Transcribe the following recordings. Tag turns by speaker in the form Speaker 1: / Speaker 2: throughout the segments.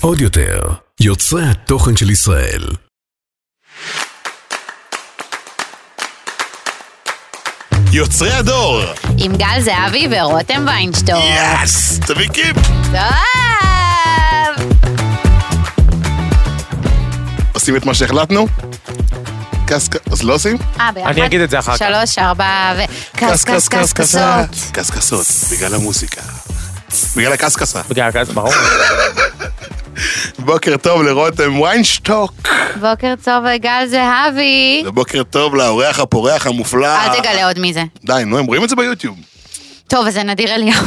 Speaker 1: עוד יותר, יוצרי התוכן של ישראל.
Speaker 2: יוצרי הדור!
Speaker 3: עם גל זהבי ורותם ויינשטור.
Speaker 2: יאס! תביא קיפ!
Speaker 3: טוב!
Speaker 2: עושים את מה שהחלטנו? קס קס... אז לא עושים?
Speaker 3: אה, ביחד?
Speaker 4: אני אגיד את זה אחר כך.
Speaker 3: שלוש, ארבע, ו... קס, קס, קס, קסות.
Speaker 2: קסקסות, בגלל המוזיקה. בגלל הקסקסה.
Speaker 4: בגלל הכ- ברור.
Speaker 2: בוקר טוב לרותם ויינשטוק.
Speaker 3: בוקר טוב, אה, גל זהבי.
Speaker 2: ובוקר טוב לאורח הפורח המופלא.
Speaker 3: אל תגלה עוד מי זה.
Speaker 2: די, נו, הם רואים את זה ביוטיוב.
Speaker 3: טוב, אז זה נדיר אליהו.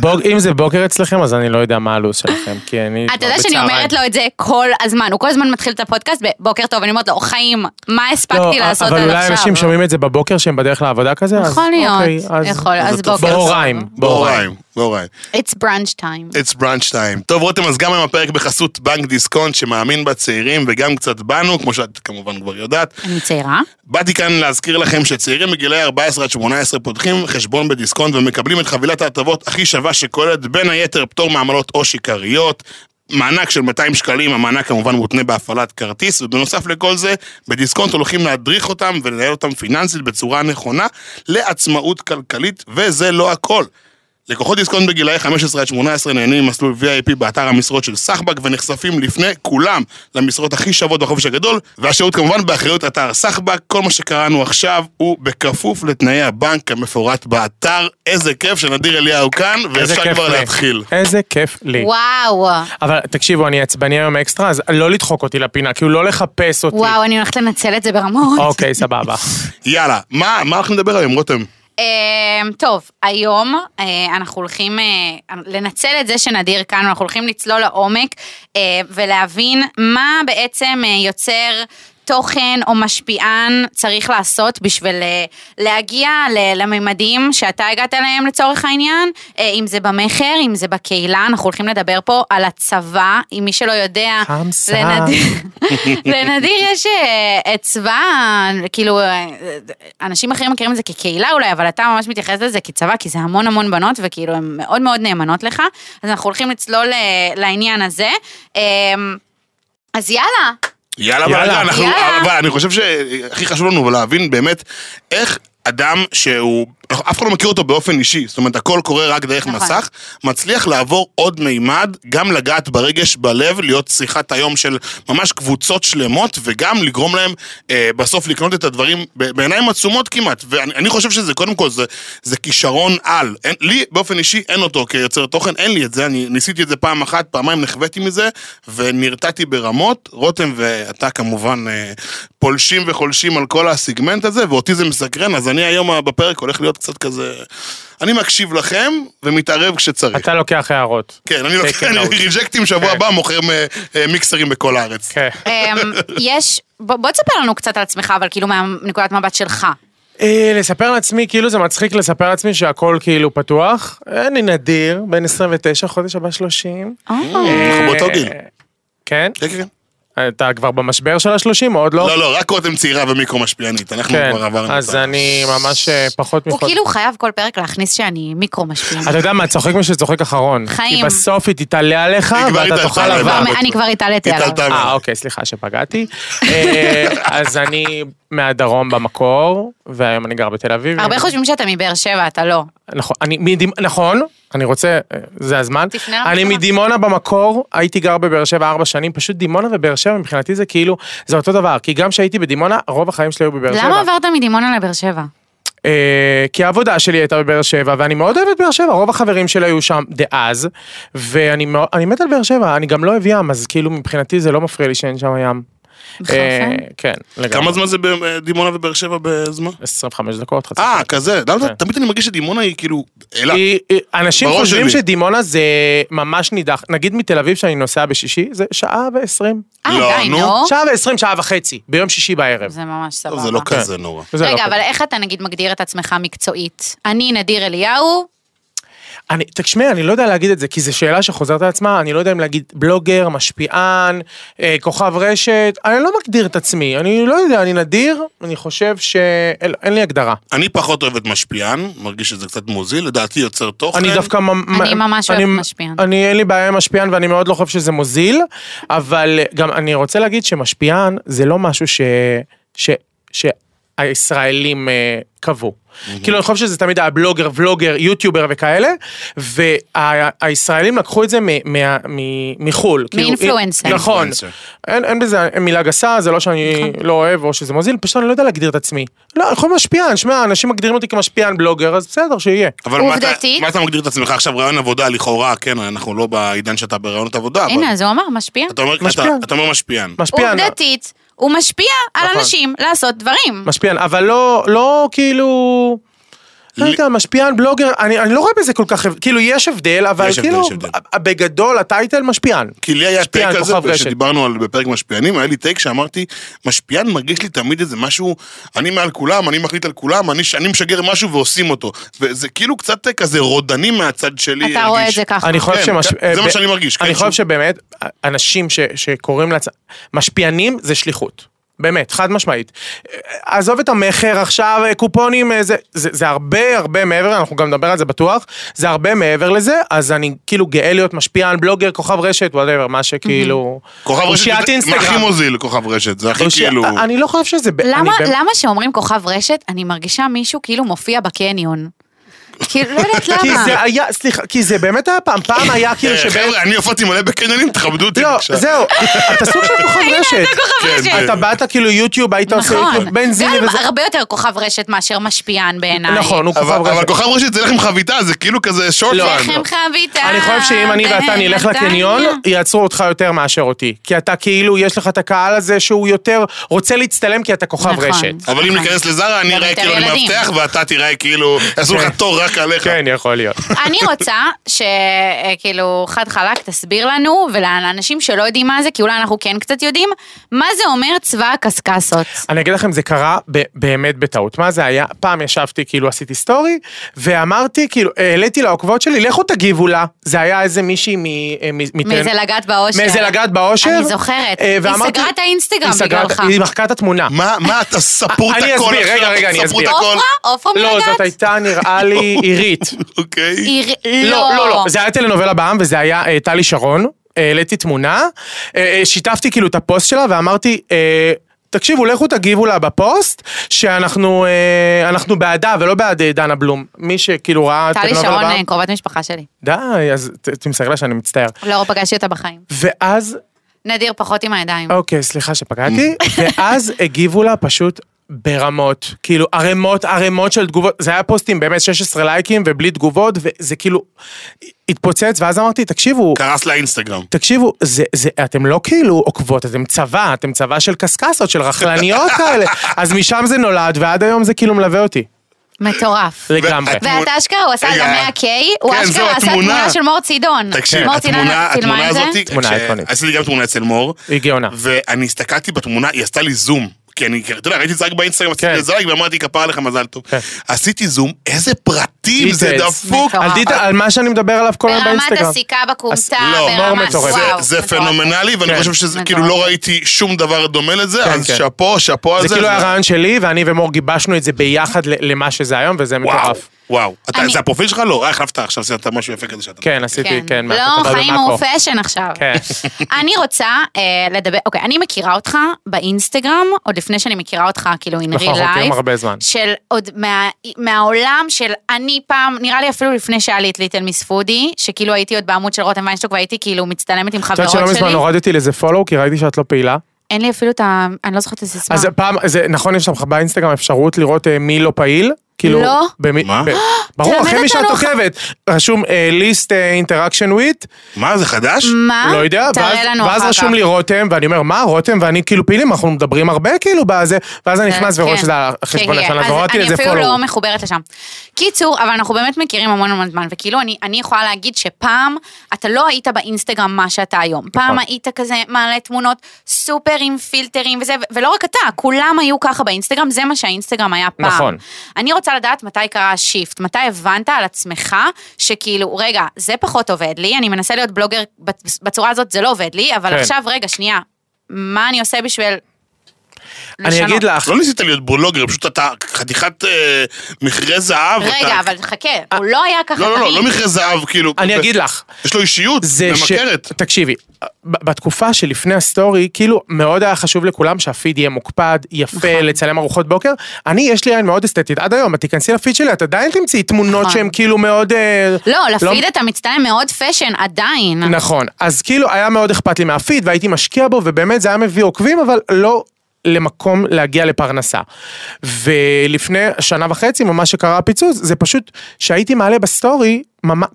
Speaker 4: בוק- אם זה בוקר אצלכם, אז אני לא יודע מה הלו"ז שלכם, כי אני...
Speaker 3: אתה יודע שאני
Speaker 4: בצהריים.
Speaker 3: אומרת לא לו את זה כל הזמן. הוא כל הזמן מתחיל את הפודקאסט בבוקר טוב, אני אומרת לו, חיים, מה
Speaker 4: לא,
Speaker 3: הספקתי לעשות עד
Speaker 4: אבל
Speaker 3: עכשיו?
Speaker 4: אולי אנשים שומעים את זה בבוקר שהם בדרך לעבודה כזה, אז...
Speaker 3: יכול להיות,
Speaker 4: אוקיי, אז-
Speaker 3: יכול, אז
Speaker 2: אז אתה-
Speaker 3: בוקר.
Speaker 4: בהוריים, בהוריים.
Speaker 2: בוריים, בוריים.
Speaker 3: It's brunch time.
Speaker 2: It's brunch time. טוב, רותם, אז גם היום הפרק בחסות בנק דיסקונט, שמאמין בצעירים וגם קצת בנו, כמו שאת כמובן כבר יודעת.
Speaker 3: אני צעירה.
Speaker 2: באתי כאן להזכיר לכם שצעירים בגילי 14 עד 18 פותחים חשבון בדיסקונט ומקבלים את חבילת ההטבות הכי שווה שכוללת בין היתר פטור מעמלות עו"ש עיקריות, מענק של 200 שקלים, המענק כמובן מותנה בהפעלת כרטיס, ובנוסף לכל זה, בדיסקונט הולכים להדריך אותם ולנהל אותם פיננסית בצורה נכונה לעצמאות כלכלית, וזה לא הכל. לקוחות דיסקונט בגילאי 15 עד 18 נהנים ממסלול VIP באתר המשרות של סחבק ונחשפים לפני כולם למשרות הכי שוות בחופש הגדול והשירות כמובן באחריות אתר סחבק כל מה שקראנו עכשיו הוא בכפוף לתנאי הבנק כמפורט באתר איזה כיף שנדיר אליהו כאן
Speaker 4: איזה
Speaker 2: ואפשר
Speaker 4: כיף
Speaker 2: כבר
Speaker 4: לי.
Speaker 2: להתחיל
Speaker 4: איזה כיף לי.
Speaker 3: וואו.
Speaker 4: אבל תקשיבו, אני עצבני היום אקסטרה, אז לא לדחוק אותי לפינה, כאילו לא לחפש אותי.
Speaker 3: וואו, אני הולכת לנצל את זה ברמות.
Speaker 4: אוקיי, סבבה.
Speaker 2: יאללה מה מה אנחנו נדבר היום רותם
Speaker 3: אמ, טוב, היום אה, אנחנו הולכים אה, לנצל את זה שנדיר כאן, אנחנו הולכים לצלול לעומק אה, ולהבין מה בעצם אה, יוצר תוכן או משפיען צריך לעשות בשביל אה, להגיע ל- לממדים שאתה הגעת אליהם לצורך העניין, אה, אם זה במכר, אם זה בקהילה, אנחנו הולכים לדבר פה על הצבא, אם מי שלא יודע,
Speaker 4: חמסה.
Speaker 3: לנדיר יש אה, את צבא, כאילו, אה, אנשים אחרים מכירים את זה כקהילה אולי, אבל אתה ממש מתייחס לזה כצבא, כי זה המון המון בנות, וכאילו, הן מאוד מאוד נאמנות לך, אז אנחנו הולכים לצלול אה, לעניין הזה. אה, אז יאללה,
Speaker 2: יאללה
Speaker 4: יאללה.
Speaker 2: בלאגן, אנחנו-
Speaker 3: יאללה.
Speaker 2: אבל אני חושב שהכי חשוב לנו להבין באמת איך אדם שהוא, אף אחד לא מכיר אותו באופן אישי, זאת אומרת הכל קורה רק דרך
Speaker 3: נכון.
Speaker 2: מסך, מצליח לעבור עוד מימד, גם לגעת ברגש בלב, להיות שיחת היום של ממש קבוצות שלמות, וגם לגרום להם אה, בסוף לקנות את הדברים ב- בעיניים עצומות כמעט, ואני אני חושב שזה קודם כל, זה, זה כישרון על, אין, לי באופן אישי אין אותו כיוצר תוכן, אין לי את זה, אני ניסיתי את זה פעם אחת, פעמיים נחוויתי מזה, ונרתעתי ברמות, רותם ואתה כמובן אה, פולשים וחולשים על כל הסגמנט הזה, ואותי זה מסקרן, אז אני היום בפרק הולך להיות קצת כזה... אני מקשיב לכם ומתערב כשצריך.
Speaker 4: אתה לוקח הערות.
Speaker 2: כן, אני לוקח
Speaker 4: Take it out.
Speaker 2: אני ריג'קטים שבוע
Speaker 4: כן.
Speaker 2: הבא, מוכר אה, אה, מיקסרים בכל הארץ.
Speaker 4: כן.
Speaker 3: אה, יש, בוא בוא תספר לנו קצת על עצמך, אבל כאילו מהנקודת מבט שלך.
Speaker 4: אה, לספר לעצמי, כאילו זה מצחיק לספר לעצמי שהכל כאילו פתוח. אני נדיר, בן 29, חודש הבא 30.
Speaker 3: אה,
Speaker 2: אנחנו באותו
Speaker 4: אה,
Speaker 2: גיל.
Speaker 4: כן?
Speaker 2: כן, כן, כן.
Speaker 4: אתה כבר במשבר של ה-30 או עוד לא?
Speaker 2: לא, לא, רק רותם צעירה ומיקרו משפיענית, אנחנו
Speaker 4: כן,
Speaker 2: כבר עברנו
Speaker 4: אז
Speaker 2: אותה.
Speaker 4: אני ממש אה, פחות
Speaker 3: הוא
Speaker 4: מחודש.
Speaker 3: כאילו חייב כל פרק להכניס שאני מיקרו משפיעה.
Speaker 4: אתה יודע מה, צוחק מי שצוחק אחרון.
Speaker 3: חיים.
Speaker 4: כי בסוף היא תתעלה עליך,
Speaker 2: היא כבר
Speaker 4: ואתה
Speaker 2: התעלתה
Speaker 4: תאכל
Speaker 2: עליי,
Speaker 4: עבר.
Speaker 2: אבל-
Speaker 3: אני כבר לא, התעליתי עליו.
Speaker 2: התעלתה.
Speaker 4: אה, אוקיי, סליחה שפגעתי. אה, אז אני מהדרום במקור, והיום אני גר בתל אביב.
Speaker 3: הרבה חושבים שאתה מבאר שבע, אתה לא.
Speaker 4: נכון, אני מדימ... נכון, אני רוצה, אה, זה הזמן.
Speaker 3: תפנה למשטרה.
Speaker 4: אני מדימונה במקור, הייתי גר בבאר שבע ארבע שנים, פשוט דימונה ובאר שבע מבחינתי זה כאילו, זה אותו דבר, כי גם כשהייתי בדימונה, רוב החיים שלי היו בבאר שבע.
Speaker 3: למה עברת מדימונה לבאר שבע?
Speaker 4: אה, כי העבודה שלי הייתה בבאר שבע, ואני מאוד אוהב את באר שבע, רוב החברים שלי היו שם דאז, ואני מאוד- אני מת על באר שבע, אני גם לא אוהב ים, אז כאילו מבחינתי זה לא מפריע לי שאין שם ים.
Speaker 3: בחרפן?
Speaker 4: אה, כן, לגמרי.
Speaker 2: כמה זמן זה בדימונה ובאר שבע בזמן?
Speaker 4: 25 דקות, חצי
Speaker 2: אה, כזה. למה אתה- תמיד אני מרגיש שדימונה היא כאילו... אלה.
Speaker 4: כן. היא- היא- אה, אנשים
Speaker 2: בראש
Speaker 4: חושבים
Speaker 2: שלי.
Speaker 4: שדימונה זה ממש נידח, נגיד מתל אביב שאני נוסע בשישי, זה שעה ועשרים.
Speaker 3: אה,
Speaker 2: לא,
Speaker 3: די,
Speaker 2: נו.
Speaker 3: נו.
Speaker 4: שעה ועשרים, שעה וחצי, ביום שישי בערב.
Speaker 3: זה ממש סבבה.
Speaker 2: זה לא
Speaker 4: כן.
Speaker 2: כזה נורא.
Speaker 4: זה לא
Speaker 3: רגע,
Speaker 4: כזה.
Speaker 3: אבל איך אתה נגיד מגדיר את עצמך מקצועית? אני נדיר אליהו,
Speaker 4: אני, תשמעי, אני לא יודע להגיד את זה, כי זו שאלה שחוזרת על עצמה, אני לא יודע אם להגיד בלוגר, משפיען, אה, כוכב רשת, אני לא מגדיר את עצמי, אני לא יודע, אני נדיר, אני חושב שאין אין לי הגדרה.
Speaker 2: אני פחות אוהב את משפיען, מרגיש שזה קצת מוזיל, לדעתי יוצר תוכן.
Speaker 4: אני דווקא... ממ-
Speaker 3: אני ממש
Speaker 4: אני-
Speaker 3: אוהבת משפיען.
Speaker 4: אני, אין לי בעיה עם משפיען ואני מאוד לא חושב שזה מוזיל, אבל גם אני רוצה להגיד שמשפיען זה לא משהו ש... ש... שהישראלים אה, קבעו. כאילו, אני חושב שזה תמיד היה בלוגר, ולוגר, יוטיובר וכאלה, והישראלים לקחו את זה מ- מה- מ- מחו"ל. כאילו,
Speaker 3: מאינפלואנסר.
Speaker 4: נכון.
Speaker 2: אינפלואנסר.
Speaker 4: אין, אין בזה מילה גסה, זה לא שאני
Speaker 3: נכון.
Speaker 4: לא אוהב או שזה מוזיל, פשוט אני לא יודע להגדיר את עצמי. לא, אני יכול משפיען, שמע, אנשים מגדירים אותי כמשפיען בלוגר, אז בסדר, שיהיה.
Speaker 2: אבל מה אתה-
Speaker 3: עובדתית.
Speaker 2: מה אתה מגדיר את עצמך עכשיו, רעיון עבודה לכאורה, כן, אנחנו לא בעידן שאתה ברעיונות עבודה, אבל...
Speaker 3: הנה, אז הוא אמר, משפיע.
Speaker 2: אתה אומר-
Speaker 4: משפיען.
Speaker 2: אתה- אתה אומר משפיען.
Speaker 4: משפיען.
Speaker 3: עובדתית, הוא משפיע על
Speaker 4: נכון.
Speaker 3: אנשים לעשות דברים.
Speaker 4: משפיען, אבל לא, לא כאילו... לא
Speaker 2: ל-
Speaker 4: יודע, משפיען, בלוגר, אני, אני לא רואה בזה כל כך, הבד- כאילו יש הבדל, אבל
Speaker 2: יש הבדל,
Speaker 4: כאילו,
Speaker 2: יש הבדל.
Speaker 4: ב- בגדול הטייטל משפיען.
Speaker 2: כי לי היה
Speaker 4: משפיען,
Speaker 2: טייק על זה,
Speaker 4: כוכב רשת.
Speaker 2: כשדיברנו על בפרק משפיענים, היה לי טייק שאמרתי, משפיען מרגיש לי תמיד איזה משהו, אני מעל כולם, אני מחליט על כולם, אני, אני משגר משהו ועושים אותו. וזה כאילו קצת כזה רודני מהצד שלי.
Speaker 3: אתה רואה את זה ככה.
Speaker 4: אני חושב
Speaker 2: כן,
Speaker 4: שמש...
Speaker 2: כן, זה
Speaker 4: אה,
Speaker 2: מה
Speaker 4: ב-
Speaker 2: שאני מרגיש,
Speaker 4: אני
Speaker 2: כן,
Speaker 4: חושב
Speaker 2: שוב.
Speaker 4: שבאמת, אנשים ש... שקוראים לעצמם, משפיענים זה שליחות. באמת, חד משמעית. אה, עזוב את המכר עכשיו, אה, קופונים, אה, זה, זה, זה הרבה הרבה מעבר, אנחנו גם נדבר על זה בטוח, זה הרבה מעבר לזה, אז אני כאילו גאה להיות משפיען, בלוגר, כוכב רשת, וואטאבר, מה שכאילו...
Speaker 2: Mm-hmm. כוכב רשת,
Speaker 4: אושיית
Speaker 2: זה- מה
Speaker 4: אינסטגרם.
Speaker 2: הכי מוזיל כוכב רשת, זה הכי
Speaker 4: לא ש-
Speaker 2: כאילו...
Speaker 4: אני לא חושב שזה... ב-
Speaker 3: למה,
Speaker 4: אני באמת-
Speaker 3: למה שאומרים כוכב רשת, אני מרגישה מישהו כאילו מופיע בקניון. כאילו, לא יודעת
Speaker 4: כי
Speaker 3: למה.
Speaker 4: זה היה, סליחה, כי זה באמת היה פעם, פעם היה כאילו
Speaker 2: אה,
Speaker 4: שבין...
Speaker 2: חבר'ה, אני הופעתי מלא בקניונים, תכבדו אותי
Speaker 4: לא,
Speaker 2: כן, בבקשה.
Speaker 4: זהו, אתה סוג של כוכב רשת.
Speaker 2: כן,
Speaker 3: רשת.
Speaker 2: כן.
Speaker 4: אתה באת כאילו יוטיוב, היית עושה
Speaker 3: נכון.
Speaker 4: יוטיוב, בן זיני
Speaker 3: גם
Speaker 4: וזה...
Speaker 3: הרבה יותר כוכב רשת מאשר משפיען בעיניי.
Speaker 4: נכון, הוא
Speaker 2: אבל
Speaker 4: כוכב
Speaker 2: אבל
Speaker 4: רשת.
Speaker 2: כוכב רשת זה לחם חביתה, זה כאילו כזה שורט
Speaker 4: לא,
Speaker 2: פאן.
Speaker 3: לחם חביתה.
Speaker 4: אני חושב שאם
Speaker 3: אה,
Speaker 4: אני ואתה נלך
Speaker 3: בנתניה.
Speaker 4: לקניון, יעצרו אותך יותר מאשר אותי. כי אתה כאילו, יש לך את הקהל הזה שהוא יותר רוצה להצטלם כי אתה כוכב
Speaker 3: נכון.
Speaker 4: רשת.
Speaker 2: אבל אם ניכנס לזרה, אני
Speaker 3: גם
Speaker 2: אראה
Speaker 3: יותר
Speaker 2: כאילו אני
Speaker 3: ילדים.
Speaker 2: מאבטח, ואתה תראה כאילו, יעשו לך תור רק עליך.
Speaker 4: כן, יכול להיות.
Speaker 3: אני רוצה שכאילו חד חלק תסביר לנו ולאנשים שלא יודעים מה זה, כי אולי אנחנו כן קצת יודעים, מה זה אומר צבא הקסקסות.
Speaker 4: אני אגיד לכם, זה קרה ב- באמת בטעות. מה זה היה? פעם ישבתי, כאילו עשיתי סטורי, ואמרתי, כאילו, העליתי לעוקבות שלי, לכו תגיבו לה. זה היה איזה מישהי מ... אה, מ- מטרנ-
Speaker 3: מאיזה לגעת באושר.
Speaker 4: מאיזה לגעת באושר.
Speaker 3: אני זוכרת.
Speaker 4: אה,
Speaker 3: היא
Speaker 4: ואמרתי-
Speaker 3: סגרה את האינסטגרם
Speaker 4: היא סגרה את-
Speaker 3: בגללך.
Speaker 4: היא מחקה את התמונה.
Speaker 2: מה, מה, אתה ספרו את
Speaker 4: אני
Speaker 2: הכל
Speaker 4: אסביר,
Speaker 2: עכשיו,
Speaker 4: רגע, רגע, אני
Speaker 2: ספרו את
Speaker 4: אסביר.
Speaker 2: הכל.
Speaker 3: עופרה? עופרה
Speaker 4: לא, זאת
Speaker 3: מלגעת?
Speaker 4: הייתה נראה לי עירית.
Speaker 2: אוקיי.
Speaker 3: היא-
Speaker 4: לא, לא, לא, זה היה טלנובלה בעם וזה היה אה, טלי שרון, אה, העליתי תמונה, אה, אה, שיתפתי כאילו את הפוסט שלה ואמרתי, אה, תקשיבו, לכו תגיבו לה בפוסט, שאנחנו אה, אנחנו בעדה ולא בעד אה, דנה בלום. מי שכאילו ראה
Speaker 3: טלי שרון
Speaker 4: בע"מ-
Speaker 3: אה, קרובת משפחה שלי.
Speaker 4: די, אז ת- תמסרי לה שאני מצטער.
Speaker 3: לא פגשתי אותה בחיים.
Speaker 4: ואז,
Speaker 3: נדיר פחות עם הידיים.
Speaker 4: אוקיי, סליחה שפגעתי,
Speaker 2: Mm.
Speaker 4: ואז הגיבו לה פשוט... ברמות, כאילו ערימות ערימות של תגובות, זה היה פוסטים באמת 16 לייקים ובלי תגובות וזה כאילו התפוצץ ואז אמרתי תקשיבו,
Speaker 2: קרס לאינסטגרם.
Speaker 4: תקשיבו, זה, זה, אתם לא כאילו עוקבות, אתם צבא, אתם צבא של קסקסות, של רכלניות כאלה. אז משם זה נולד, ועד היום זה כאילו מלווה אותי.
Speaker 3: מטורף.
Speaker 4: לגמרי.
Speaker 2: ואת-
Speaker 3: ואתה אשכרה, הוא עשה
Speaker 2: רגע.
Speaker 3: גם 100K, הוא
Speaker 2: כן, זו
Speaker 3: אשכרה עשה
Speaker 2: התמונה.
Speaker 3: תמונה של מור צידון.
Speaker 2: תקשיב,
Speaker 3: מור צידון
Speaker 2: התמונה,
Speaker 3: צילמה
Speaker 2: התמונה
Speaker 3: את זה?
Speaker 2: הזאת,
Speaker 4: תמונה
Speaker 2: כש-
Speaker 4: איקונית.
Speaker 2: עשיתי גם תמונה אצל מור,
Speaker 4: היא גאונה.
Speaker 2: ואני הסתכלתי בתמונה, היא עשתה לי זום, כי אני, אתה יודע, ראיתי את זה רק באינסטגרם, עשיתי
Speaker 4: כן.
Speaker 2: את זה רק ואמרתי, כפרה לך מזל טוב.
Speaker 4: כן.
Speaker 2: עשיתי זום, איזה פרטים, זה
Speaker 4: דיטלס.
Speaker 2: דפוק.
Speaker 3: מטורף.
Speaker 4: על, דיטה- על מה שאני מדבר עליו כל היום
Speaker 3: ברמת
Speaker 4: באינסטגרם.
Speaker 3: הסיכה בכומתה,
Speaker 2: לא,
Speaker 4: מור
Speaker 3: ברמת...
Speaker 4: מטורף.
Speaker 2: זה-
Speaker 3: וואו,
Speaker 2: זה
Speaker 3: מטורף.
Speaker 2: פנומנלי, ואני
Speaker 4: כן.
Speaker 2: חושב שזה
Speaker 3: מטורף.
Speaker 2: כאילו לא ראיתי שום דבר דומה לזה,
Speaker 4: כן,
Speaker 2: אז
Speaker 4: כן.
Speaker 2: שאפו, שאפו על זה.
Speaker 4: זה כאילו היה רעיון שלי, ואני ומור גיבשנו את זה ביחד ל- למה שזה היום, וזה
Speaker 2: וואו,
Speaker 4: מטורף.
Speaker 2: וואו. אתה-
Speaker 3: אני-
Speaker 2: זה הפרופיל שלך? לא, אה, החלפת עכשיו, עשית משהו יפה כזה שאתה...
Speaker 4: כן, עשיתי, כן,
Speaker 3: לא,
Speaker 4: מהכתבה
Speaker 3: חיים
Speaker 4: במאקו.
Speaker 3: הוא פאשן עכשיו.
Speaker 4: כן.
Speaker 3: אני רוצה אה, לדבר, אוקיי, אני מכירה אותך באינסטגרם, עוד לפני שאני מכירה אותך, כאילו, in real life.
Speaker 4: נכון, אנחנו מכירים הרבה זמן.
Speaker 3: של עוד מה, מהעולם של אני פעם, נראה לי אפילו לפני שהיה לי את ליטל מיס פודי, שכאילו הייתי עוד בעמוד של רותם ויינשטוק והייתי כאילו מצטלמת עם
Speaker 4: את יודעת
Speaker 3: חברות
Speaker 4: שלא
Speaker 3: שלי. אה.
Speaker 4: מזמן הורדתי לזה follow, כי ראיתי שאת לא פעילה.
Speaker 3: אין לי אפילו את ה... אני לא זוכרת את הסיסמה.
Speaker 4: אז פעם, זה- נכון, יש לך באינסטגרם אפשרות לראות אה, מי לא פעיל? כאילו,
Speaker 3: לא.
Speaker 4: במי-
Speaker 2: מה?
Speaker 4: ב- ברור,
Speaker 3: תלמד
Speaker 4: אחרי מי שאת
Speaker 3: אותנו.
Speaker 4: עוקבת. רשום אה, ליסט אינטראקשן וויט,
Speaker 2: מה, זה חדש?
Speaker 3: מה?
Speaker 4: לא יודע,
Speaker 3: אה? תראה
Speaker 4: ואז,
Speaker 3: לנו
Speaker 4: ואז
Speaker 3: אחר כך.
Speaker 4: רשום לי רותם, ואני אומר, מה, רותם ואני כאילו פעילים, אנחנו מדברים הרבה כאילו בזה, ואז אני נכנס ורואה
Speaker 3: כן.
Speaker 4: שזה על החשבון
Speaker 3: כן,
Speaker 4: השנה,
Speaker 3: אז
Speaker 4: אז הורדתי לזה
Speaker 3: אני אפילו
Speaker 4: פולו.
Speaker 3: לא מחוברת לשם. קיצור, אבל אנחנו באמת מכירים המון המון זמן, וכאילו אני, אני יכולה להגיד שפעם אתה לא היית באינסטגרם מה שאתה היום.
Speaker 4: נכון.
Speaker 3: פעם היית כזה מעלה תמונות סופר עם פילטרים וזה, ו- ולא רק אתה, כולם היו ככה באינסטגרם, זה מה שהאינסטגרם היה פעם.
Speaker 4: נכון.
Speaker 3: אני רוצה רוצה לדעת מתי קרה השיפט, מתי הבנת על עצמך שכאילו, רגע, זה פחות עובד לי, אני מנסה להיות בלוגר בצ- בצורה הזאת, זה לא עובד לי, אבל
Speaker 4: כן.
Speaker 3: עכשיו, רגע, שנייה, מה אני עושה בשביל...
Speaker 4: אני
Speaker 3: לשנות?
Speaker 4: אגיד לך,
Speaker 2: לא ניסית להיות בולוגר, פשוט אתה חתיכת אה, מכרה זהב.
Speaker 3: רגע,
Speaker 2: אתה-
Speaker 3: אבל חכה, הוא לא היה ככה
Speaker 2: לא, לא, לא,
Speaker 3: תמיד.
Speaker 2: לא מכרה זהב, כאילו...
Speaker 4: אני
Speaker 2: ב-
Speaker 4: אגיד לך.
Speaker 2: יש לו אישיות,
Speaker 4: זה ש...
Speaker 2: ממכרת.
Speaker 4: תקשיבי, ב- בתקופה שלפני הסטורי, כאילו, מאוד היה חשוב לכולם שהפיד יהיה מוקפד, יפה,
Speaker 3: נכון.
Speaker 4: לצלם ארוחות בוקר. אני, יש לי עין מאוד אסתטית. עד היום, את תיכנסי לפיד שלי, את עדיין תמצאי תמונות
Speaker 3: נכון.
Speaker 4: שהן כאילו מאוד... אה,
Speaker 3: לא, לפיד אתה מצטלם מאוד פשן, עדיין.
Speaker 4: נכון. אז כאילו, היה מאוד אכפת לי מהפיד, והייתי משקיע בו, ובאמת זה היה מביא עוקבים, אבל לא... למקום להגיע לפרנסה. ולפני שנה וחצי, ממש שקרה הפיצוץ, זה פשוט שהייתי מעלה בסטורי, ממש...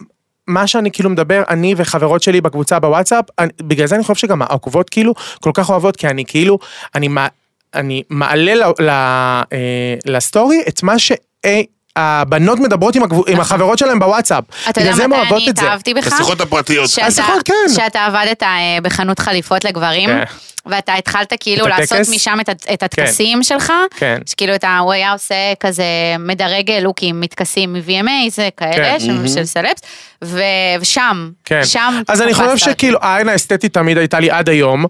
Speaker 4: מה שאני כאילו מדבר, אני וחברות שלי בקבוצה בוואטסאפ, אני, בגלל זה אני חושב שגם העוקבות כאילו כל כך אוהבות, כי אני כאילו, אני, מע- אני מעלה ל, ל, אה, לסטורי את מה שהבנות מדברות עם, הגב, עם החברות שלהן בוואטסאפ.
Speaker 3: נכון. אתה
Speaker 4: בגלל
Speaker 3: יודע
Speaker 4: זה הן אוהבות
Speaker 3: מתי אני
Speaker 4: את זה.
Speaker 3: התאהבתי בך?
Speaker 2: בשיחות הפרטיות.
Speaker 3: שאתה-
Speaker 4: השיחות, כן.
Speaker 3: שאתה עבדת אה, בחנות חליפות לגברים,
Speaker 4: כן.
Speaker 3: ואתה התחלת כאילו
Speaker 4: את הטקס?
Speaker 3: לעשות משם את ה- את הטקסים שלך,
Speaker 4: כן.
Speaker 3: שכאילו אתה, הוא היה עושה כזה מדרג לוקים מטקסים מ-VMA, זה
Speaker 4: כן.
Speaker 3: כאלה, שם- של סלפס, ו- ושם,
Speaker 4: כן.
Speaker 3: שם
Speaker 4: אז אני חושב
Speaker 3: תפסת אותי.
Speaker 4: שכאילו העין האסתטית תמיד הייתה לי עד היום,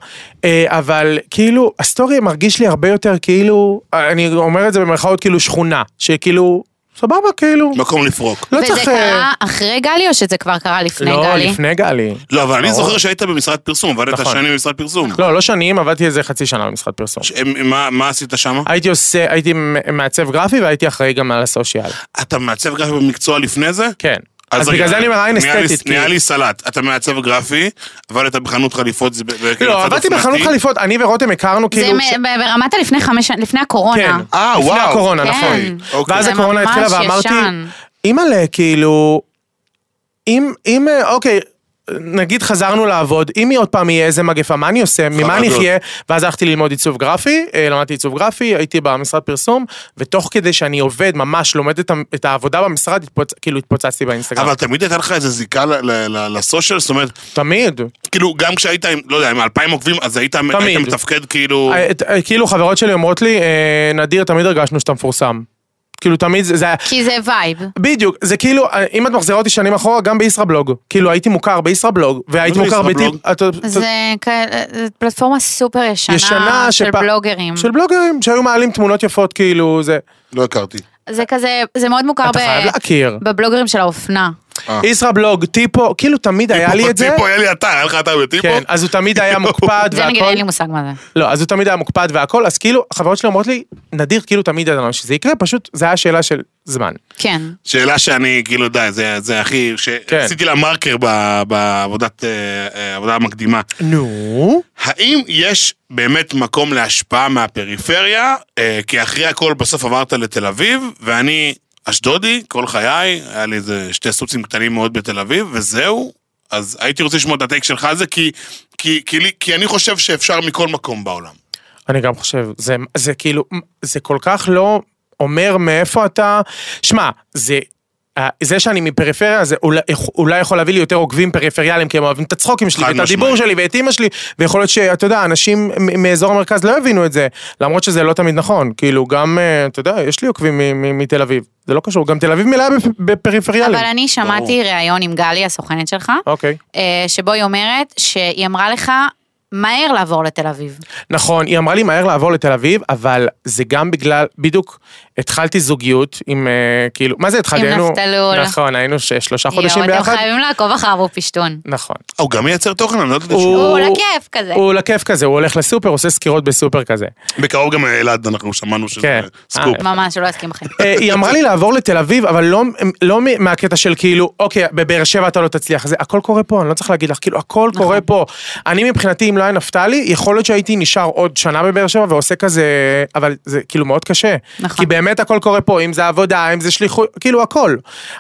Speaker 4: אה, אבל כאילו הסטורי מרגיש לי הרבה יותר כאילו, אה, אני אומר את זה במרכאות כאילו שכונה, שכאילו, סבבה כאילו,
Speaker 2: מקום לפרוק.
Speaker 4: לא
Speaker 3: וזה
Speaker 4: צריך... אה,
Speaker 3: קרה אחרי גלי או שזה כבר קרה לפני
Speaker 4: לא,
Speaker 3: גלי?
Speaker 4: לפני גלי.
Speaker 2: לא, אבל אני
Speaker 4: ברור.
Speaker 2: זוכר שהיית במשרד פרסום, עבדת
Speaker 4: נכון.
Speaker 2: שנים במשרד פרסום.
Speaker 4: לא, לא שנים, עבדתי איזה חצי שנה במשחק פרסום.
Speaker 2: ש- אה, מה- מה עשית שם?
Speaker 4: הייתי עושה, הייתי מ- מעצב גרפי והייתי אחראי גם על הסושיאל.
Speaker 2: אתה מעצב גרפי במקצוע לפני זה?
Speaker 4: כן.
Speaker 2: אז
Speaker 4: אז
Speaker 2: רגע,
Speaker 4: בגלל זה אני אומר עין
Speaker 2: נראה לי-
Speaker 4: אסתטית.
Speaker 2: נראה
Speaker 4: כאילו.
Speaker 2: לי סלט. אתה מעצב גרפי, עבדת בחנות חליפות. זה ב- ב- כאילו,
Speaker 4: לא,
Speaker 2: קצת
Speaker 4: עבדתי
Speaker 2: אופנתי.
Speaker 4: בחנות חליפות, אני ורותם הכרנו
Speaker 3: זה
Speaker 4: כאילו... ש-
Speaker 3: מ- ב- ברמת הלפני חמש שנים, לפני הקורונה.
Speaker 4: כן.
Speaker 2: אה,
Speaker 4: לפני
Speaker 2: וואו.
Speaker 4: הקורונה,
Speaker 3: כן.
Speaker 4: נכון.
Speaker 2: אוקיי.
Speaker 4: ואז
Speaker 3: זה
Speaker 4: הקורונה
Speaker 3: ממש
Speaker 4: התחילה ואמרתי,
Speaker 3: ישן.
Speaker 4: אימא'לה, כאילו, אם, אם, אה, אוקיי. נגיד חזרנו לעבוד, אם היא עוד פעם יהיה איזה מגפה, מה אני עושה? ממה אני
Speaker 2: חרדות.
Speaker 4: אחיה? ואז הלכתי ללמוד עיצוב גרפי, אה, למדתי עיצוב גרפי, הייתי במשרד פרסום, ותוך כדי שאני עובד, ממש לומד את, ה- את העבודה במשרד, התפוצ... כאילו התפוצצתי באינסטגרם.
Speaker 2: אבל תמיד הייתה לך איזה זיקה ל- ל- ל- לסושיאל? זאת אומרת,
Speaker 4: תמיד.
Speaker 2: כאילו, גם כשהיית עם, לא יודע, עם 2,000 עוקבים, אז היית היית מתפקד כאילו...
Speaker 4: אה, את- אה, כאילו חברות שלי אומרות לי, אה, נדיר, תמיד הרגשנו שאתה מפורסם. כאילו תמיד זה, זה היה,
Speaker 3: כי זה וייב.
Speaker 4: בדיוק, זה כאילו, אם את מחזירה אותי שנים אחורה, גם בישראבלוג. כאילו הייתי מוכר בישראבלוג, והייתי
Speaker 2: מה זה
Speaker 4: מוכר בטיפ...
Speaker 2: ישראבלוג?
Speaker 4: אתה- אתה-
Speaker 3: זה כאלה- זה פלטפורמה סופר ישנה,
Speaker 4: ישנה
Speaker 3: של
Speaker 4: שפ-
Speaker 3: בלוגרים.
Speaker 4: של בלוגרים, שהיו מעלים תמונות יפות, כאילו, זה...
Speaker 2: לא הכרתי.
Speaker 3: זה כזה, זה מאוד מוכר
Speaker 4: אתה
Speaker 3: ב-
Speaker 4: חייב להכיר.
Speaker 3: בבלוגרים של האופנה.
Speaker 2: אה.
Speaker 4: ישראבלוג, טיפו, כאילו תמיד היה לי את זה.
Speaker 2: טיפו, היה לי אתר, היה לך אתר בטיפו?
Speaker 4: כן, אז הוא תמיד היה מוקפד
Speaker 3: זה נגיד
Speaker 4: והכל.
Speaker 3: אין לי מושג מה זה.
Speaker 4: לא, אז הוא תמיד היה מוקפד והכל, אז כאילו, החברות שלי אומרות לי, נדיר, כאילו תמיד ידענו שזה יקרה, פשוט זה היה שאלה של זמן.
Speaker 3: כן.
Speaker 2: שאלה שאני, כאילו, די, זה- זה הכי... ש-
Speaker 4: כן.
Speaker 2: עשיתי לה מרקר ב- בעבודת אה, אה, עבודה מקדימה.
Speaker 4: נו?
Speaker 2: האם יש באמת מקום להשפעה מהפריפריה? אה, כי אחרי הכל בסוף עברת לתל אביב, ואני אשדודי כל חיי, היה לי איזה שתי סוצים קטנים מאוד בתל אביב, וזהו. אז הייתי רוצה לשמוע את הטייק שלך על זה, כי, כי, כי, לי- כי אני חושב שאפשר מכל מקום בעולם.
Speaker 4: אני גם חושב, זה, זה כאילו, זה כל כך לא אומר מאיפה אתה... שמע, זה... אה, זה שאני מפריפריה זה אולי, אולי יכול להביא לי יותר עוקבים פריפריאליים כי הם אוהבים את הצחוקים שלי
Speaker 2: חד
Speaker 4: ואת הדיבור
Speaker 2: משמעית.
Speaker 4: שלי ואת אימא שלי ויכול להיות שאתה יודע אנשים מ- מאזור המרכז לא יבינו את זה למרות שזה לא תמיד נכון כאילו גם אה, אתה יודע יש לי עוקבים מ- מ- מתל אביב זה לא קשור גם תל אביב מלאה בפ- בפריפריאליים.
Speaker 3: אבל אני שמעתי ראיון עם גלי, הסוכנת שלך,
Speaker 4: אוקיי
Speaker 3: אה, שבו היא אומרת שהיא אמרה לך מהר לעבור לתל אביב.
Speaker 4: נכון, היא אמרה לי מהר לעבור לתל אביב, אבל זה גם בגלל, בדיוק התחלתי זוגיות עם אה, כאילו, מה זה התחלתי?
Speaker 3: עם
Speaker 4: היינו-
Speaker 3: נפתלול.
Speaker 4: נכון, היינו ש- שלושה חודשים
Speaker 3: יואו, אתם
Speaker 4: ביחד.
Speaker 3: חייבים לעקוב אחריו, הוא פשטון.
Speaker 4: נכון.
Speaker 2: הוא גם מייצר תוכן, אני לא יודע
Speaker 4: הוא-
Speaker 2: שהוא...
Speaker 3: הוא לכיף כזה.
Speaker 4: הוא לכיף כזה, הוא הולך לסופר, עושה סקירות בסופר כזה.
Speaker 2: בקרוב גם אלעד, אנחנו שמענו שזה
Speaker 4: כן.
Speaker 2: סקופ.
Speaker 4: אה,
Speaker 3: ממש, הוא לא יסכים בחיים.
Speaker 4: אה, היא אמרה לי לעבור לתל אביב, אבל לא, לא מ- מהקטע של כאילו, אוקיי, בבאר שבע אתה לא תצליח, זה הכל קורה פה, אני לא צריך להגיד לך, כאילו, הכל
Speaker 3: נכון.
Speaker 4: קורה פה. אני מבחינתי, אם לא היה נפתלי, יכול להיות שהייתי נשאר עוד שנה בבאר שבע ועושה כזה, אבל זה כאילו מאוד קשה.
Speaker 3: נכון.
Speaker 4: כי באמת הכל קורה פה, אם זה עבודה, אם זה שליחות, כאילו הכל.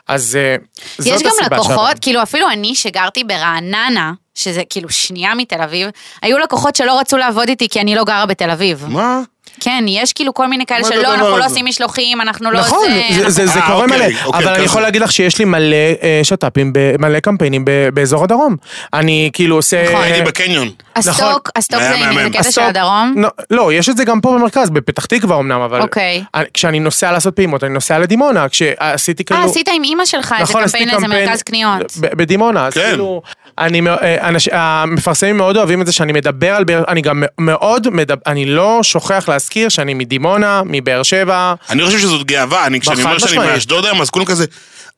Speaker 4: אז אה, זאת
Speaker 3: יש גם
Speaker 4: הסיבה
Speaker 3: לקוחות,
Speaker 4: שעברתי.
Speaker 3: כאילו אפילו אני שגרתי ברעננה, שזה כאילו שנייה מתל אביב, היו לקוחות שלא רצו לעבוד איתי כי אני לא גרה בתל אביב.
Speaker 2: מה?
Speaker 3: כן, יש כאילו כל מיני כאלה
Speaker 2: מה זה
Speaker 3: שלא,
Speaker 2: הדבר
Speaker 3: אנחנו לא
Speaker 2: הזה?
Speaker 3: עושים משלוחים, אנחנו לא...
Speaker 4: נכון,
Speaker 3: זה,
Speaker 4: זה- זה- זה
Speaker 2: אה,
Speaker 4: קורה
Speaker 2: אוקיי,
Speaker 4: מלא.
Speaker 2: אוקיי,
Speaker 4: אבל אני
Speaker 2: כן.
Speaker 4: יכול להגיד לך שיש לי מלא אה, שת"פים, ב- מלא קמפיינים ב- באזור הדרום. אני כאילו עושה...
Speaker 3: נכון.
Speaker 2: הייתי בקניון.
Speaker 4: נכון.
Speaker 3: הסטוק, הסטוק
Speaker 2: היה
Speaker 3: זה עם
Speaker 2: מהמם.
Speaker 3: הקטע של
Speaker 4: הסטוק-
Speaker 3: הדרום.
Speaker 4: לא, לא, יש את זה גם פה במרכז, בפתח תקווה אמנם, אבל...
Speaker 3: אוקיי.
Speaker 4: אני- כשאני נוסע לעשות פעימות, אני נוסע לדימונה, כשעשיתי כאילו... נכון,
Speaker 3: אה, עשית עם אימא שלך איזה
Speaker 4: עשיתי
Speaker 3: קמפיין לאיזה מרכז קניות.
Speaker 4: ב- בדימונה, אז
Speaker 2: כן.
Speaker 4: כאילו, אני, מאו- אה, אנש, המפרסמים מאוד אוהבים את זה שאני מדבר על באר, אני גם מאוד, מדבר, אני לא שוכח להזכיר שאני מדימונה, מבאר שבע,
Speaker 2: אני חושב שזאת גאווה, אני כשאני
Speaker 4: בחד
Speaker 2: אומר שאני
Speaker 4: משמעית.
Speaker 2: מאשדוד היום, אז כולם כזה,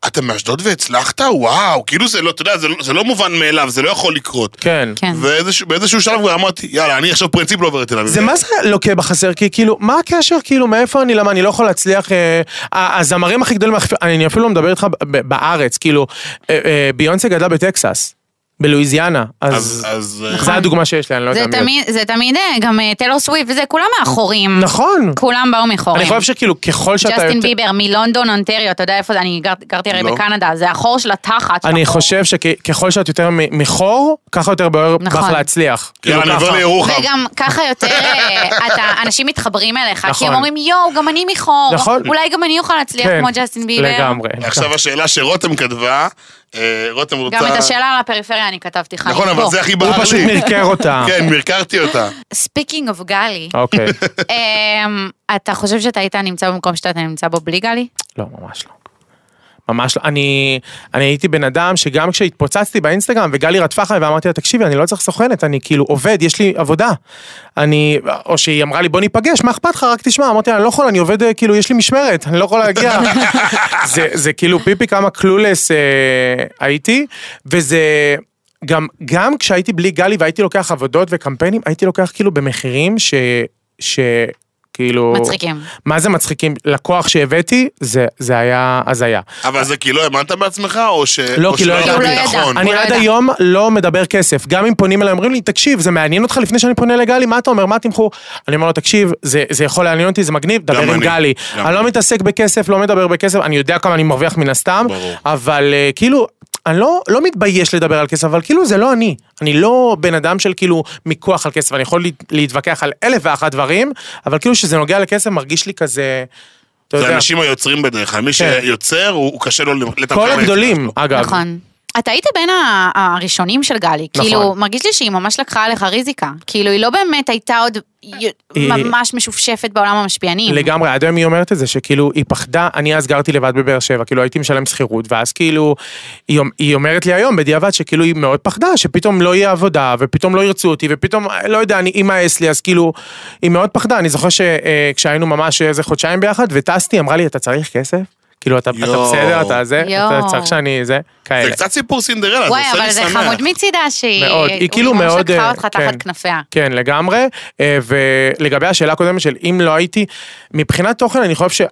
Speaker 2: אתה מאשדוד והצלחת? וואו, כאילו זה לא, אתה יודע, זה לא- זה לא מובן מאליו, זה לא יכול לקרות.
Speaker 4: כן.
Speaker 3: כן.
Speaker 2: ואיזשהו- באיזשהו שלב כבר אמרתי, יאללה, אני עכשיו פרינציפ לא עובר את תל אביב.
Speaker 4: זה מה זה לוקה בחסר? כי כאילו, מה הקשר? כאילו, מאיפה אני? למה אני לא יכול להצליח? אה, ה- הזמרים הכי גדולים, אני אפילו לא מדבר איתך ב- בארץ, כאילו, אה, אה, ביונסה גדלה בטקסס, בלואיזיאנה,
Speaker 2: אז,
Speaker 4: אז
Speaker 2: אז... אה,
Speaker 4: זו הדוגמה שיש לי, אני לא
Speaker 3: נכון. זה
Speaker 4: יודע מי עוד.
Speaker 3: תמיד, זה תמיד, אה, גם אה, טיילור סוויפט וזה, כולם מאחורים.
Speaker 4: נכון.
Speaker 3: כולם באו מחורים.
Speaker 4: אני חושב שכאילו, ככל שאתה...
Speaker 3: ג'סטין
Speaker 4: יותר-
Speaker 3: ביבר מלונדון, אונטריו, אתה יודע איפה זה? אני גר- גרתי הרי
Speaker 2: לא.
Speaker 3: בקנדה, זה החור של התחת. של
Speaker 4: אני
Speaker 3: החור.
Speaker 4: חושב שככל שאת יותר מ- מחור, ככה יותר בוער בך
Speaker 3: נכון.
Speaker 4: להצליח. כאילו,
Speaker 2: יאללה, אני
Speaker 4: ככה.
Speaker 2: עובר לירוחם.
Speaker 3: וגם ככה יותר, אה, אתה, אנשים מתחברים אליך, כי
Speaker 4: נכון.
Speaker 3: הם אומרים, יואו, גם אני מחור,
Speaker 4: נכון.
Speaker 3: אולי גם אני אוכל להצליח
Speaker 4: כן,
Speaker 3: כמו ג'סטין ביבר.
Speaker 4: לגמרי.
Speaker 2: עכשיו השאלה שרותם כתבה, אה, רותם רוצה...
Speaker 3: גם את השאלה על הפריפריה אני כתבתי לא. לך.
Speaker 2: נכון,
Speaker 3: אני
Speaker 2: אבל
Speaker 3: פה.
Speaker 2: זה הכי
Speaker 4: הוא
Speaker 2: בער לי.
Speaker 4: פשוט מרקר אותה.
Speaker 2: כן, מרקרתי אותה.
Speaker 3: Speaking of גלי,
Speaker 4: אוקיי.
Speaker 3: אמ, אתה חושב שאתה היית נמצא במקום שאתה נמצא בו בלי גלי?
Speaker 4: לא, ממש לא. ממש לא. אני, אני הייתי בן אדם שגם כשהתפוצצתי באינסטגרם וגלי רדפה אחריי ואמרתי לה, תקשיבי, אני לא צריך סוכנת, אני כאילו עובד, יש לי עבודה. אני, או שהיא אמרה לי, בוא ניפגש, מה אכפת לך, רק תשמע. אמרתי לה, אני לא יכול, אני עובד, אה, כאילו, יש לי משמרת, אני לא יכול להגיע. זה, זה כאילו פיפי כמה קלולס אה, הייתי, וזה... גם, גם כשהייתי בלי גלי והייתי לוקח עבודות וקמפיינים, הייתי לוקח כאילו במחירים ש... ש... כאילו...
Speaker 3: מצחיקים.
Speaker 4: מה זה מצחיקים? לקוח שהבאתי, זה, זה היה הזיה.
Speaker 2: אבל זה כי לא האמנת בעצמך, או ש...
Speaker 4: לא,
Speaker 2: או
Speaker 4: כי לא
Speaker 2: שלא
Speaker 4: ידעתי.
Speaker 2: היה
Speaker 3: הוא לא ידע.
Speaker 2: ביטחון?
Speaker 4: אני
Speaker 3: לא
Speaker 4: עד
Speaker 3: ידע.
Speaker 4: היום לא מדבר כסף. גם אם פונים אליי, אומרים לי, תקשיב, זה מעניין אותך לפני שאני פונה לגלי, מה אתה אומר, מה תמכור? אני אומר לו, תקשיב, זה, זה יכול לעניין אותי, זה מגניב, דבר
Speaker 2: גם
Speaker 4: עם
Speaker 2: אני,
Speaker 4: גלי.
Speaker 2: גם
Speaker 4: אני לא
Speaker 2: אני.
Speaker 4: מתעסק בכסף, לא מדבר בכסף, אני יודע כמה אני מרוויח מן הסתם,
Speaker 2: ברור.
Speaker 4: אבל אה, כאילו... אני לא, לא מתבייש לדבר על כסף, אבל כאילו זה לא אני. אני לא בן אדם של כאילו מיקוח על כסף, אני יכול להת- להתווכח על אלף ואחת דברים, אבל כאילו שזה נוגע לכסף מרגיש לי כזה, אתה
Speaker 2: זה
Speaker 4: לא יודע.
Speaker 2: אנשים היוצרים בדרך כלל, מי
Speaker 4: כן.
Speaker 2: שיוצר, הוא הוא קשה לו לתמחר.
Speaker 4: כל הגדולים, אגב.
Speaker 3: נכון. אתה היית בין ה- הראשונים של גלי,
Speaker 4: נכון.
Speaker 3: כאילו, מרגיש לי שהיא ממש לקחה עליך ריזיקה. כאילו, היא לא באמת הייתה עוד י-
Speaker 4: היא-
Speaker 3: ממש משופשפת בעולם המשפיענים.
Speaker 4: לגמרי, עד היום היא אומרת את זה, שכאילו, היא פחדה, אני אז גרתי לבד בבאר שבע, כאילו הייתי משלם שכירות, ואז כאילו, היא, אומ- היא אומרת לי היום, בדיעבד, שכאילו היא מאוד פחדה, שפתאום לא יהיה עבודה, ופתאום לא ירצו אותי, ופתאום, אה, לא יודע, אני, היא מאס לי, אז כאילו, היא מאוד פחדה, אני זוכר שכשהיינו ממש איזה חודשיים ביחד, וטסתי, אמרה לי, אתה צריך כסף? כאילו, אתה, אתה
Speaker 2: יואו.
Speaker 4: בסדר, אתה זה, אתה
Speaker 3: יואו.
Speaker 4: צריך שאני זה,
Speaker 2: זה
Speaker 4: כאלה.
Speaker 2: קצת סיפור סינדרלה, זה
Speaker 3: וואי,
Speaker 2: עושה
Speaker 3: אבל
Speaker 2: לי
Speaker 3: זה
Speaker 2: שמח.
Speaker 3: חמוד מצידה שהיא...
Speaker 4: מאוד, היא
Speaker 3: הוא
Speaker 4: כאילו
Speaker 3: ממש
Speaker 4: מאוד...
Speaker 3: לקחה
Speaker 4: אה,
Speaker 3: אותך
Speaker 4: כן.
Speaker 3: תחת כנפיה.
Speaker 4: כן, לגמרי. אה, ולגבי השאלה הקודמת של אם לא הייתי, מבחינת תוכן אני חושב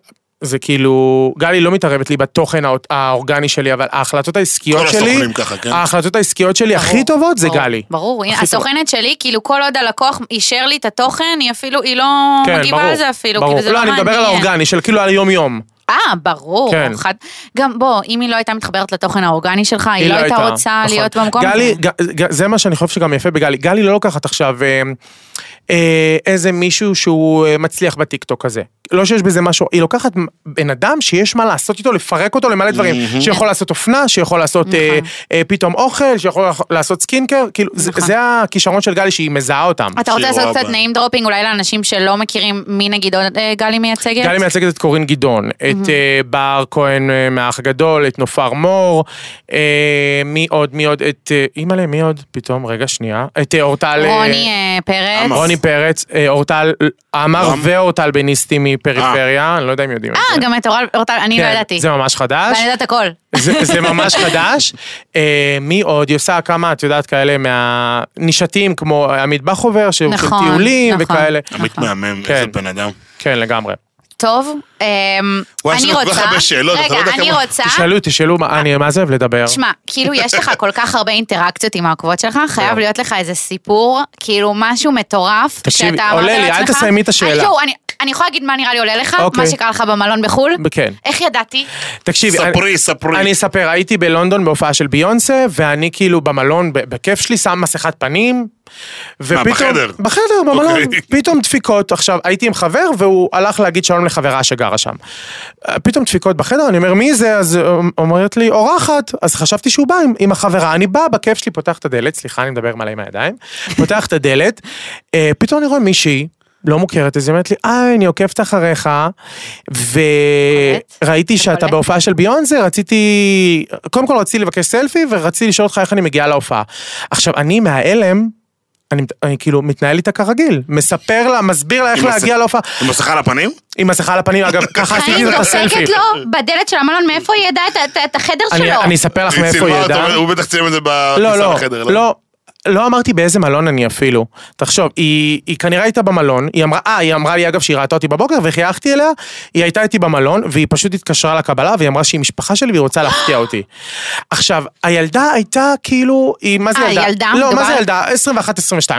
Speaker 4: שזה כאילו, גלי לא מתערבת לי בתוכן האות- האורגני שלי, אבל ההחלטות העסקיות
Speaker 2: כל
Speaker 4: שלי,
Speaker 2: הסוכנים ככה, כן.
Speaker 4: ההחלטות העסקיות שלי הכי
Speaker 3: ברור,
Speaker 4: טובות זה
Speaker 3: ברור,
Speaker 4: גלי.
Speaker 3: ברור, הנה,
Speaker 4: הכי טוב.
Speaker 3: הסוכנת שלי, כאילו כל עוד הלקוח אישר לי את התוכן, היא אפילו, היא לא
Speaker 4: כן,
Speaker 3: מגיבה
Speaker 4: ברור,
Speaker 3: על זה אפילו,
Speaker 4: ברור.
Speaker 3: כאילו זה
Speaker 4: לא,
Speaker 3: לא
Speaker 4: אני
Speaker 3: מעניין.
Speaker 4: מדבר על האורגני של כאילו על היום-יום.
Speaker 3: אה, ברור.
Speaker 4: כן.
Speaker 3: חד... גם בוא, אם היא לא הייתה מתחברת לתוכן האורגני שלך, היא, לא הייתה רוצה
Speaker 4: נכון.
Speaker 3: להיות במקום
Speaker 4: גלי,
Speaker 3: הזה.
Speaker 4: ג- ג- זה מה שאני חושב שגם יפה בגלי. גלי לא לוקחת עכשיו אה, אה, איזה מישהו שהוא אה, מצליח בטיקטוק הזה. לא שיש בזה משהו, היא לוקחת בן אדם שיש מה לעשות איתו, לפרק אותו למלא דברים. שיכול לעשות אופנה, שיכול לעשות אה,
Speaker 3: נכון.
Speaker 4: אה, פתאום אוכל, שיכול לעשות סקינקר, כאילו זה-
Speaker 3: נכון.
Speaker 4: זה הכישרון של גלי שהיא מזהה אותם.
Speaker 3: אתה רוצה
Speaker 2: שירו
Speaker 3: לעשות קצת
Speaker 2: הבא.
Speaker 3: נעים דרופינג אולי לאנשים שלא מכירים מי נגיד עוד אה, גלי מייצגת?
Speaker 4: גלי מייצגת את קורין גדעון, את אה, בר כהן אה, מהאח הגדול, את נופר מור, אה, מי עוד, מי עוד, את אה, אימא'לה, מי עוד? פתאום, רגע, שנייה. את אה, אורטל... אה,
Speaker 3: רוני אה, פרץ.
Speaker 2: עמר.
Speaker 4: רוני פרץ, אה, אורטל עמר
Speaker 2: רם. ואורטל
Speaker 4: ואורטל בניסטי מפריפריה, אני לא יודע אם יודעים את
Speaker 3: אה,
Speaker 4: זה.
Speaker 3: גם את אורל, אורטל, אני לא
Speaker 4: כן,
Speaker 3: ידעתי.
Speaker 4: זה ממש חדש.
Speaker 3: ואני לא- יודעת הכל.
Speaker 4: זה זה ממש חדש. אה, מי עוד? היא עושה כמה, את יודעת, כאלה מהנישתיים, כמו המטבח עובר, שהוא של
Speaker 3: נכון,
Speaker 4: טיולים
Speaker 3: נכון.
Speaker 4: וכאלה.
Speaker 2: עמית
Speaker 3: נכון.
Speaker 2: מהמם, איזה
Speaker 4: כן.
Speaker 2: בן אדם.
Speaker 4: כן, לגמרי.
Speaker 3: טוב, אמ,
Speaker 2: וואי, יש
Speaker 3: אני
Speaker 2: לנו כל כך
Speaker 3: רוצה...
Speaker 2: הרבה שאלות, אתה לא
Speaker 3: רגע,
Speaker 2: יודע
Speaker 3: אני
Speaker 2: כמה-
Speaker 3: רוצה...
Speaker 4: תשאלו, תשאלו, מה- אני מה זה אוהב לדבר.
Speaker 3: תשמע, כאילו יש לך כל כך הרבה אינטראקציות עם העוקבות שלך,
Speaker 2: לא.
Speaker 3: חייב להיות לך איזה סיפור, כאילו משהו מטורף,
Speaker 4: תקשיבי,
Speaker 3: שאתה אמרת
Speaker 4: עולה לי, אל
Speaker 3: לעצמך,
Speaker 4: תסיימי את השאלה.
Speaker 3: "אה, יואו, אני- אני יכולה להגיד מה נראה לי עולה לך,
Speaker 4: אוקיי.
Speaker 3: מה שקרה לך במלון בחו"ל?
Speaker 4: כן.
Speaker 3: איך ידעתי?
Speaker 4: תקשיבי, אני-
Speaker 2: ספרי, ספרי.
Speaker 4: אני אספר, הייתי בלונדון בהופעה של ביונסה, ואני כאילו במלון, ב- בכיף שלי, שם מסכת פנים,
Speaker 2: בחדר?
Speaker 4: בחדר, במלון.
Speaker 2: אוקיי.
Speaker 4: פתאום דפיקות. עכשיו, הייתי עם חבר, והוא הלך להגיד שלום לחברה שגרה שם. אה, פתאום דפיקות בחדר, אני אומר, מי זה? אז אה, אומרת לי, אורחת. אז חשבתי שהוא בא עם, עם החברה. אני בא, בכיף שלי, פותח את הדלת, סליחה, אני מדבר מלא עם הידיים. פותח את הדלת, אה, פתאום אני רואה מישהי. לא מוכרת, אז היא אומרת לי, אה, אני עוקבת אחריך,
Speaker 3: קולט?
Speaker 4: וראיתי שאתה
Speaker 3: קולט?
Speaker 4: בהופעה של ביונזה, רציתי, קודם כל רציתי לבקש סלפי, ורציתי לשאול אותך איך אני מגיעה להופעה. עכשיו, אני מההלם, אני, מת- אני כאילו מתנהל איתה כרגיל, מספר לה, מסביר לה איך
Speaker 2: עם הס-
Speaker 4: להגיע להופעה,
Speaker 2: עם מסכה על הפנים?
Speaker 4: עם מסכה על הפנים, אגב, ככה עשיתי
Speaker 3: חיים
Speaker 4: את הסלפי.
Speaker 3: דופקת לו בדלת של המלון, מאיפה היא ידעה את ה- את ה- את החדר
Speaker 4: אני,
Speaker 3: שלו?
Speaker 4: אני אספר לך מאיפה היא
Speaker 2: צילמה
Speaker 4: ידעה.
Speaker 2: אותו, הוא בטח צילם את זה
Speaker 4: לא,
Speaker 2: בכניסה
Speaker 4: לא,
Speaker 2: לחדר.
Speaker 4: לא. לא אמרתי באיזה מלון אני אפילו. תחשוב, היא, היא כנראה הייתה במלון, היא אמרה, אה, היא אמרה לי אגב שהיא ראתה אותי בבוקר וחייכתי אליה, היא הייתה איתי במלון, והיא פשוט התקשרה לקבלה, והיא אמרה שהיא משפחה שלי והיא רוצה להפתיע אותי. עכשיו, הילדה הייתה כאילו, היא, מה זה
Speaker 3: אה,
Speaker 4: ילדה?
Speaker 3: ילדה?
Speaker 4: לא,
Speaker 3: מדובר
Speaker 4: מה זה
Speaker 3: על-
Speaker 4: ילדה?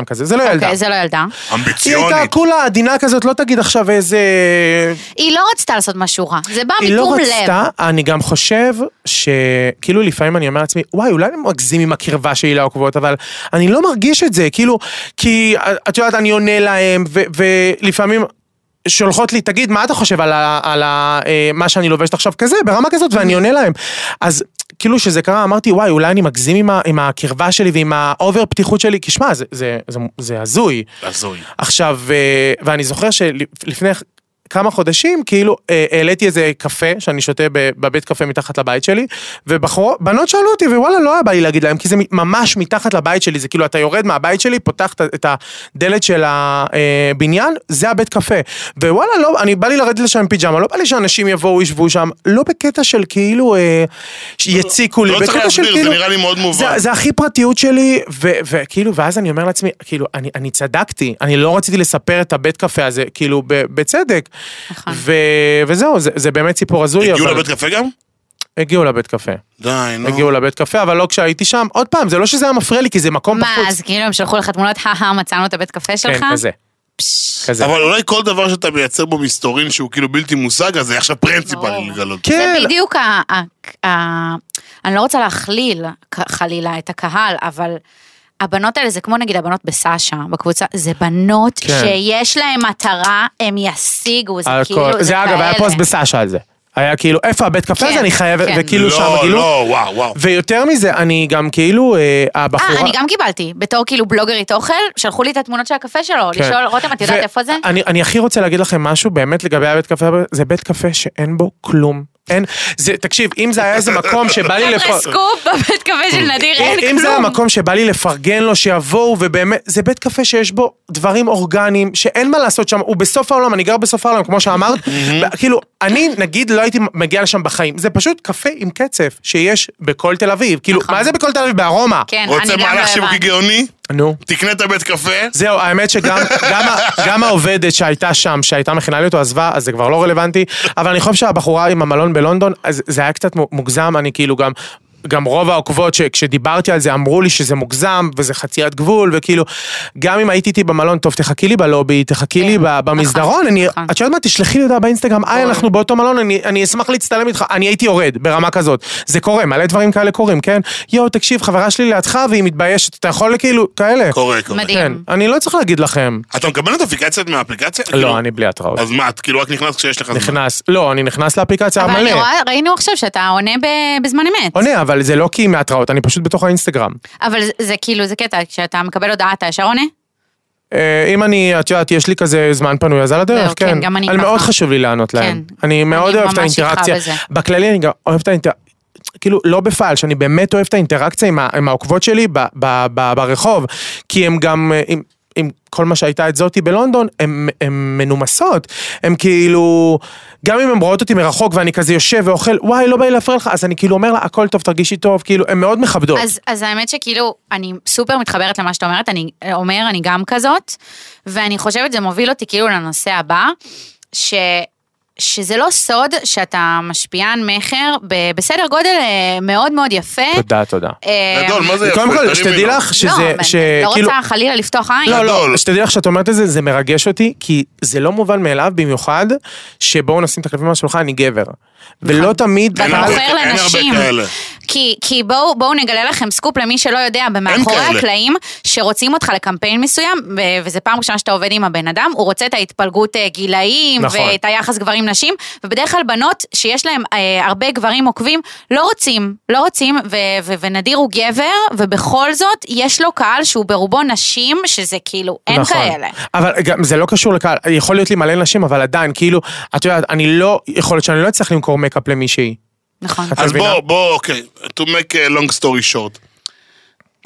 Speaker 4: 21-22 כזה, זה לא ילדה.
Speaker 3: אוקיי, זה לא ילדה.
Speaker 4: היא הייתה
Speaker 2: אמביציונית.
Speaker 4: כולה עדינה כזאת, לא תגיד עכשיו איזה...
Speaker 3: היא לא רצתה לעשות משהו רע, זה בא
Speaker 4: היא לא
Speaker 3: מתום לב.
Speaker 4: רצתה, אני גם חושב שכאילו לפעמים אני אומר לעצמי, וואי, אולי אני מגזים עם הקרבה שלי לעוקבות, אבל אני לא מרגיש את זה, כאילו, כי את יודעת, אני עונה להם, ו- ולפעמים... שולחות לי, תגיד, מה אתה חושב על, ה, על ה, אה, מה שאני לובשת עכשיו כזה, ברמה כזאת, ואני עונה להם. אז כאילו שזה קרה, אמרתי, וואי, אולי אני מגזים עם, ה, עם הקרבה שלי ועם האובר פתיחות שלי, כי שמע, זה, זה, זה, זה הזוי.
Speaker 2: הזוי.
Speaker 4: עכשיו, אה, ואני זוכר שלפני כמה חודשים, כאילו, אה, העליתי איזה קפה שאני שותה ב- בבית קפה מתחת לבית שלי, ובנות שאלו אותי, ווואלה, לא היה בא לי להגיד להם, כי זה ממש מתחת לבית שלי, זה כאילו, אתה יורד מהבית שלי, פותח את ה- את הדלת של הבניין, זה הבית קפה. ווואלה, לא, אני בא לי לרדת לשם עם פיג'מה, לא בא לי שאנשים יבואו, ישבו שם, לא בקטע של כאילו, אה, יציקו לי,
Speaker 2: לא צריך
Speaker 4: בקטע של
Speaker 2: להסביר, זה
Speaker 4: כאילו...
Speaker 2: נראה לי מאוד
Speaker 4: זה,
Speaker 2: מובן.
Speaker 4: זה הכי פרטיות שלי, ו- וכאילו, ואז אני אומר לעצמי, כאילו, אני, אני צדקתי, אני לא רציתי לספר את הבית קפה הזה, כאילו, ב- בצדק.
Speaker 3: נכון.
Speaker 4: ו, וזהו, זה, זה באמת סיפור הזוי,
Speaker 2: הגיעו
Speaker 4: אבל...
Speaker 2: לבית קפה גם?
Speaker 4: הגיעו לבית קפה.
Speaker 2: די, נו.
Speaker 4: הגיעו לבית קפה, אבל לא כשהייתי שם. עוד פעם, זה לא שזה היה מפריע לי, כי זה מקום
Speaker 3: מה,
Speaker 4: בחוץ.
Speaker 3: אז כאילו הם שלחו לך תמונות, הא מצאנו את הבית קפה שלך?
Speaker 4: כן, כזה. כזה.
Speaker 2: אבל אולי כל דבר שאתה מייצר בו מסתורין שהוא כאילו בלתי מושג, אז זה עכשיו פרינציפל
Speaker 3: ברור.
Speaker 2: לגלות.
Speaker 4: כן.
Speaker 3: זה בדיוק ה... ה- ה- אני לא רוצה להכליל כ- חלילה את הקהל, אבל הבנות האלה זה כמו נגיד הבנות בסאשה, בקבוצה, זה בנות
Speaker 4: כן.
Speaker 3: שיש להן מטרה, הן ישיגו, זה
Speaker 4: על
Speaker 3: כאילו,
Speaker 4: הכל. זה אגב, היה
Speaker 3: כאלה.
Speaker 4: פוסט בסאשה על זה. היה כאילו, איפה הבית קפה
Speaker 3: כן,
Speaker 4: הזה, אני חייבת,
Speaker 3: כן.
Speaker 4: וכאילו כאילו שם כן,
Speaker 2: לא,
Speaker 4: גילו.
Speaker 2: לא, וואו, וואו.
Speaker 4: ויותר מזה, אני גם כאילו, אה, הבחורה...
Speaker 3: אה, אני גם קיבלתי, בתור כאילו בלוגרית אוכל, שלחו לי את התמונות של הקפה שלו,
Speaker 4: כן.
Speaker 3: לשאול, רותם, את יודעת
Speaker 4: ו-
Speaker 3: איפה זה?
Speaker 4: אני, אני הכי רוצה להגיד לכם משהו באמת לגבי הבית קפה, זה בית קפה שאין בו כלום. אין, זה, תקשיב, אם זה היה איזה מקום שבא לי
Speaker 3: חבר'ה,
Speaker 4: לפ...
Speaker 3: סקופ בבית קפה של נדיר, אין כלום.
Speaker 4: אם זה המקום שבא לי לפרגן לו, שיבואו, ובאמת, זה בית קפה שיש בו דברים אורגניים, שאין מה לעשות שם, הוא בסוף העולם, אני גר בסוף העולם, כמו שאמרת, ו- כאילו, אני, נגיד, לא הייתי מגיע לשם בחיים, זה פשוט קפה עם קצף שיש בכל תל אביב, כאילו,
Speaker 3: נכון.
Speaker 4: מה זה בכל תל אביב? בארומה.
Speaker 3: כן, אני
Speaker 2: רוצה
Speaker 3: גם לא
Speaker 2: מהלך שיווקי
Speaker 3: הבנתי.
Speaker 2: גאוני?
Speaker 4: נו.
Speaker 2: תקנה את הבית קפה?
Speaker 4: זהו, האמת שגם גם, ה- גם העובדת שהייתה שם, שהייתה מכינה לי אותו, עזבה, אז זה כבר לא רלוונטי, אבל אני חושב שהבחורה עם המלון בלונדון, אז זה היה קצת מוגזם, אני כאילו גם... גם רוב העוקבות שכשדיברתי על זה אמרו לי שזה מוגזם וזה חציית גבול וכאילו גם אם הייתי איתי במלון טוב תחכי לי בלובי תחכי לי ב- במסדרון אני
Speaker 3: כן. נכון.
Speaker 4: את יודעת מה תשלחי לי הודעה באינסטגרם היי אנחנו באותו מלון אני- אני אשמח להצטלם איתך אני הייתי יורד ברמה כזאת זה קורה מלא דברים כאלה קורים כן יואו תקשיב חברה שלי לידך והיא מתביישת אתה יכול כאילו כאלה
Speaker 2: קורה, קורה.
Speaker 3: מדהים.
Speaker 4: כן, אני לא צריך להגיד לכם.
Speaker 2: אתה מקבל נוטיפיקציות מהאפליקציה? כאילו,
Speaker 4: לא, אני בלי התראות.
Speaker 2: אז מה, את כאילו רק נכנס כשיש לך זמן.
Speaker 4: נכנס, לא, אני נכנס לאפליקציה
Speaker 3: אבל אני
Speaker 4: מלא.
Speaker 3: רואה, ראינו עכשיו שאתה עונה ב- בזמן אמת.
Speaker 4: עונה, אבל זה לא כי מהתראות, אני פשוט בתוך האינסטגרם.
Speaker 3: אבל זה- זה כאילו, זה קטע, כשאתה מקבל הודעה אתה ישר עונה?
Speaker 4: אה, אם אני, את יודעת, יש לי כזה זמן פנוי, אז על הדרך,
Speaker 3: זהו,
Speaker 4: כן.
Speaker 3: כן, גם אני
Speaker 4: אבל
Speaker 3: ככה.
Speaker 4: מאוד חשוב לי לענות להם.
Speaker 3: כן.
Speaker 4: אני מאוד
Speaker 3: אני
Speaker 4: אוהב את
Speaker 3: ממש איתך
Speaker 4: האינטראקציה.
Speaker 3: בזה.
Speaker 4: בכללי אני גם אוהב את האינטראקציה. כאילו, לא בפלש, אני באמת אוהב את האינטראקציה עם ה- עם העוקבות שלי ב- ב- ב- ברחוב, כי הם גם... אה, עם- עם כל מה שהייתה את זאתי בלונדון, הן מנומסות. הן כאילו, גם אם הן רואות אותי מרחוק ואני כזה יושב ואוכל, וואי, לא בא לי להפריע לך, אז אני כאילו אומר לה, הכל טוב, תרגישי טוב, כאילו, הן מאוד מכבדות.
Speaker 3: אז, אז האמת שכאילו, אני סופר מתחברת למה שאתה אומרת, אני אומר, אני גם כזאת, ואני חושבת זה מוביל אותי כאילו לנושא הבא, ש... שזה לא סוד שאתה משפיען מכר ב- בסדר גודל אה, מאוד מאוד יפה.
Speaker 4: תודה, תודה.
Speaker 3: אה,
Speaker 2: גדול, מה זה יפה?
Speaker 4: קודם כל,
Speaker 2: תרימי
Speaker 4: שתדעי
Speaker 2: לו.
Speaker 4: לך
Speaker 3: לא,
Speaker 4: שזה,
Speaker 3: אבל לא
Speaker 4: שכאילו,
Speaker 3: רוצה חלילה לפתוח עין.
Speaker 4: לא,
Speaker 2: גדול.
Speaker 4: לא, שתדעי לך שאת אומרת את זה, זה מרגש אותי, כי זה לא מובן מאליו במיוחד, שבואו נשים את הכלבים על השולחן, אני גבר. ולא תמיד, נכון.
Speaker 3: ואתה
Speaker 4: קל-
Speaker 2: אין הרבה-
Speaker 3: מוכר
Speaker 2: אין הרבה
Speaker 3: לנשים.
Speaker 2: כאלה.
Speaker 3: כי, כי בואו בואו נגלה לכם סקופ למי שלא יודע, במאחורי
Speaker 2: כאלה.
Speaker 3: הקלעים, שרוצים אותך לקמפיין מסוים, ו- וזה פעם ראשונה שאתה עובד עם הבן אדם, הוא רוצה את ההתפלגות אה, גילאים,
Speaker 4: נכון.
Speaker 3: ואת היחס גברים-נשים, ובדרך כלל בנות שיש להן אה, הרבה גברים עוקבים, לא רוצים, לא רוצים, ו- ו- ונדיר הוא גבר, ובכל זאת, יש לו קהל שהוא ברובו נשים, שזה כאילו, אין
Speaker 4: נכון.
Speaker 3: כאלה.
Speaker 4: אבל גם זה לא קשור לקהל, יכול להיות לי מלא נשים, אבל עדיין, כאילו, את יודעת, אני לא, יכול להיות שאני לא אצטרך למכור מקאפ למישהי.
Speaker 3: נכון.
Speaker 4: את
Speaker 2: אז
Speaker 4: מבינה?
Speaker 2: בוא, בוא, אוקיי, to make a long story short.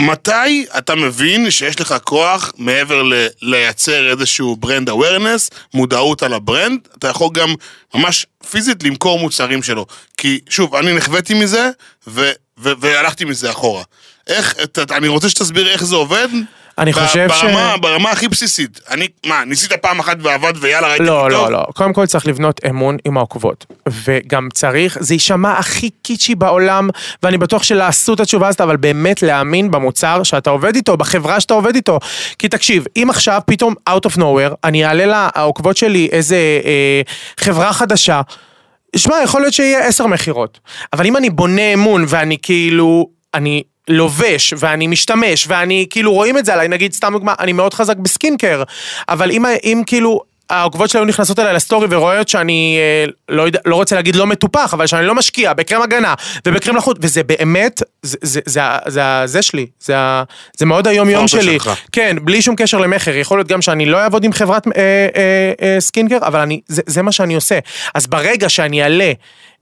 Speaker 2: מתי אתה מבין שיש לך כוח מעבר ל- לייצר איזשהו ברנד awareness, מודעות על הברנד, אתה יכול גם ממש פיזית למכור מוצרים שלו. כי שוב, אני נחוויתי מזה ו- ו- והלכתי מזה אחורה. איך, ת- אני רוצה שתסביר איך זה עובד.
Speaker 4: אני
Speaker 2: ב-
Speaker 4: חושב ש-
Speaker 2: ברמה, ברמה הכי בסיסית. אני, מה, ניסית פעם אחת ועבד ויאללה ראיתי
Speaker 4: לא,
Speaker 2: כי
Speaker 4: לא,
Speaker 2: טוב?
Speaker 4: לא. קודם כל צריך לבנות אמון עם העוקבות. וגם צריך, זה יישמע הכי קיצ'י בעולם, ואני בטוח שלעשו את התשובה הזאת, אבל באמת להאמין במוצר שאתה עובד איתו, בחברה שאתה עובד איתו. כי תקשיב, אם עכשיו פתאום, out of nowhere, אני אעלה לעוקבות שלי איזה אה, חברה חדשה, שמע, יכול להיות שיהיה עשר מכירות. אבל אם אני בונה אמון ואני כאילו, אני לובש ואני משתמש ואני כאילו רואים את זה עליי, נגיד סתם דוגמה, אני מאוד חזק בסקינקר, אבל אם, אם כאילו... העוקבות שלי היו נכנסות אליי לסטורי ורואות שאני אה, לא, יודע, לא רוצה להגיד לא מטופח, אבל שאני לא משקיע בקרם הגנה ובקרם לחוט, וזה באמת, זה זה, זה, ה- זה, ה- זה שלי, זה, ה- זה מאוד היום יום
Speaker 2: הפורטה
Speaker 4: שלי.
Speaker 2: שלך.
Speaker 4: כן, בלי שום קשר למכר, יכול להיות גם שאני לא אעבוד עם חברת אה, אה, אה, סקינקר, אבל אני, זה, זה מה שאני עושה. אז ברגע שאני אעלה,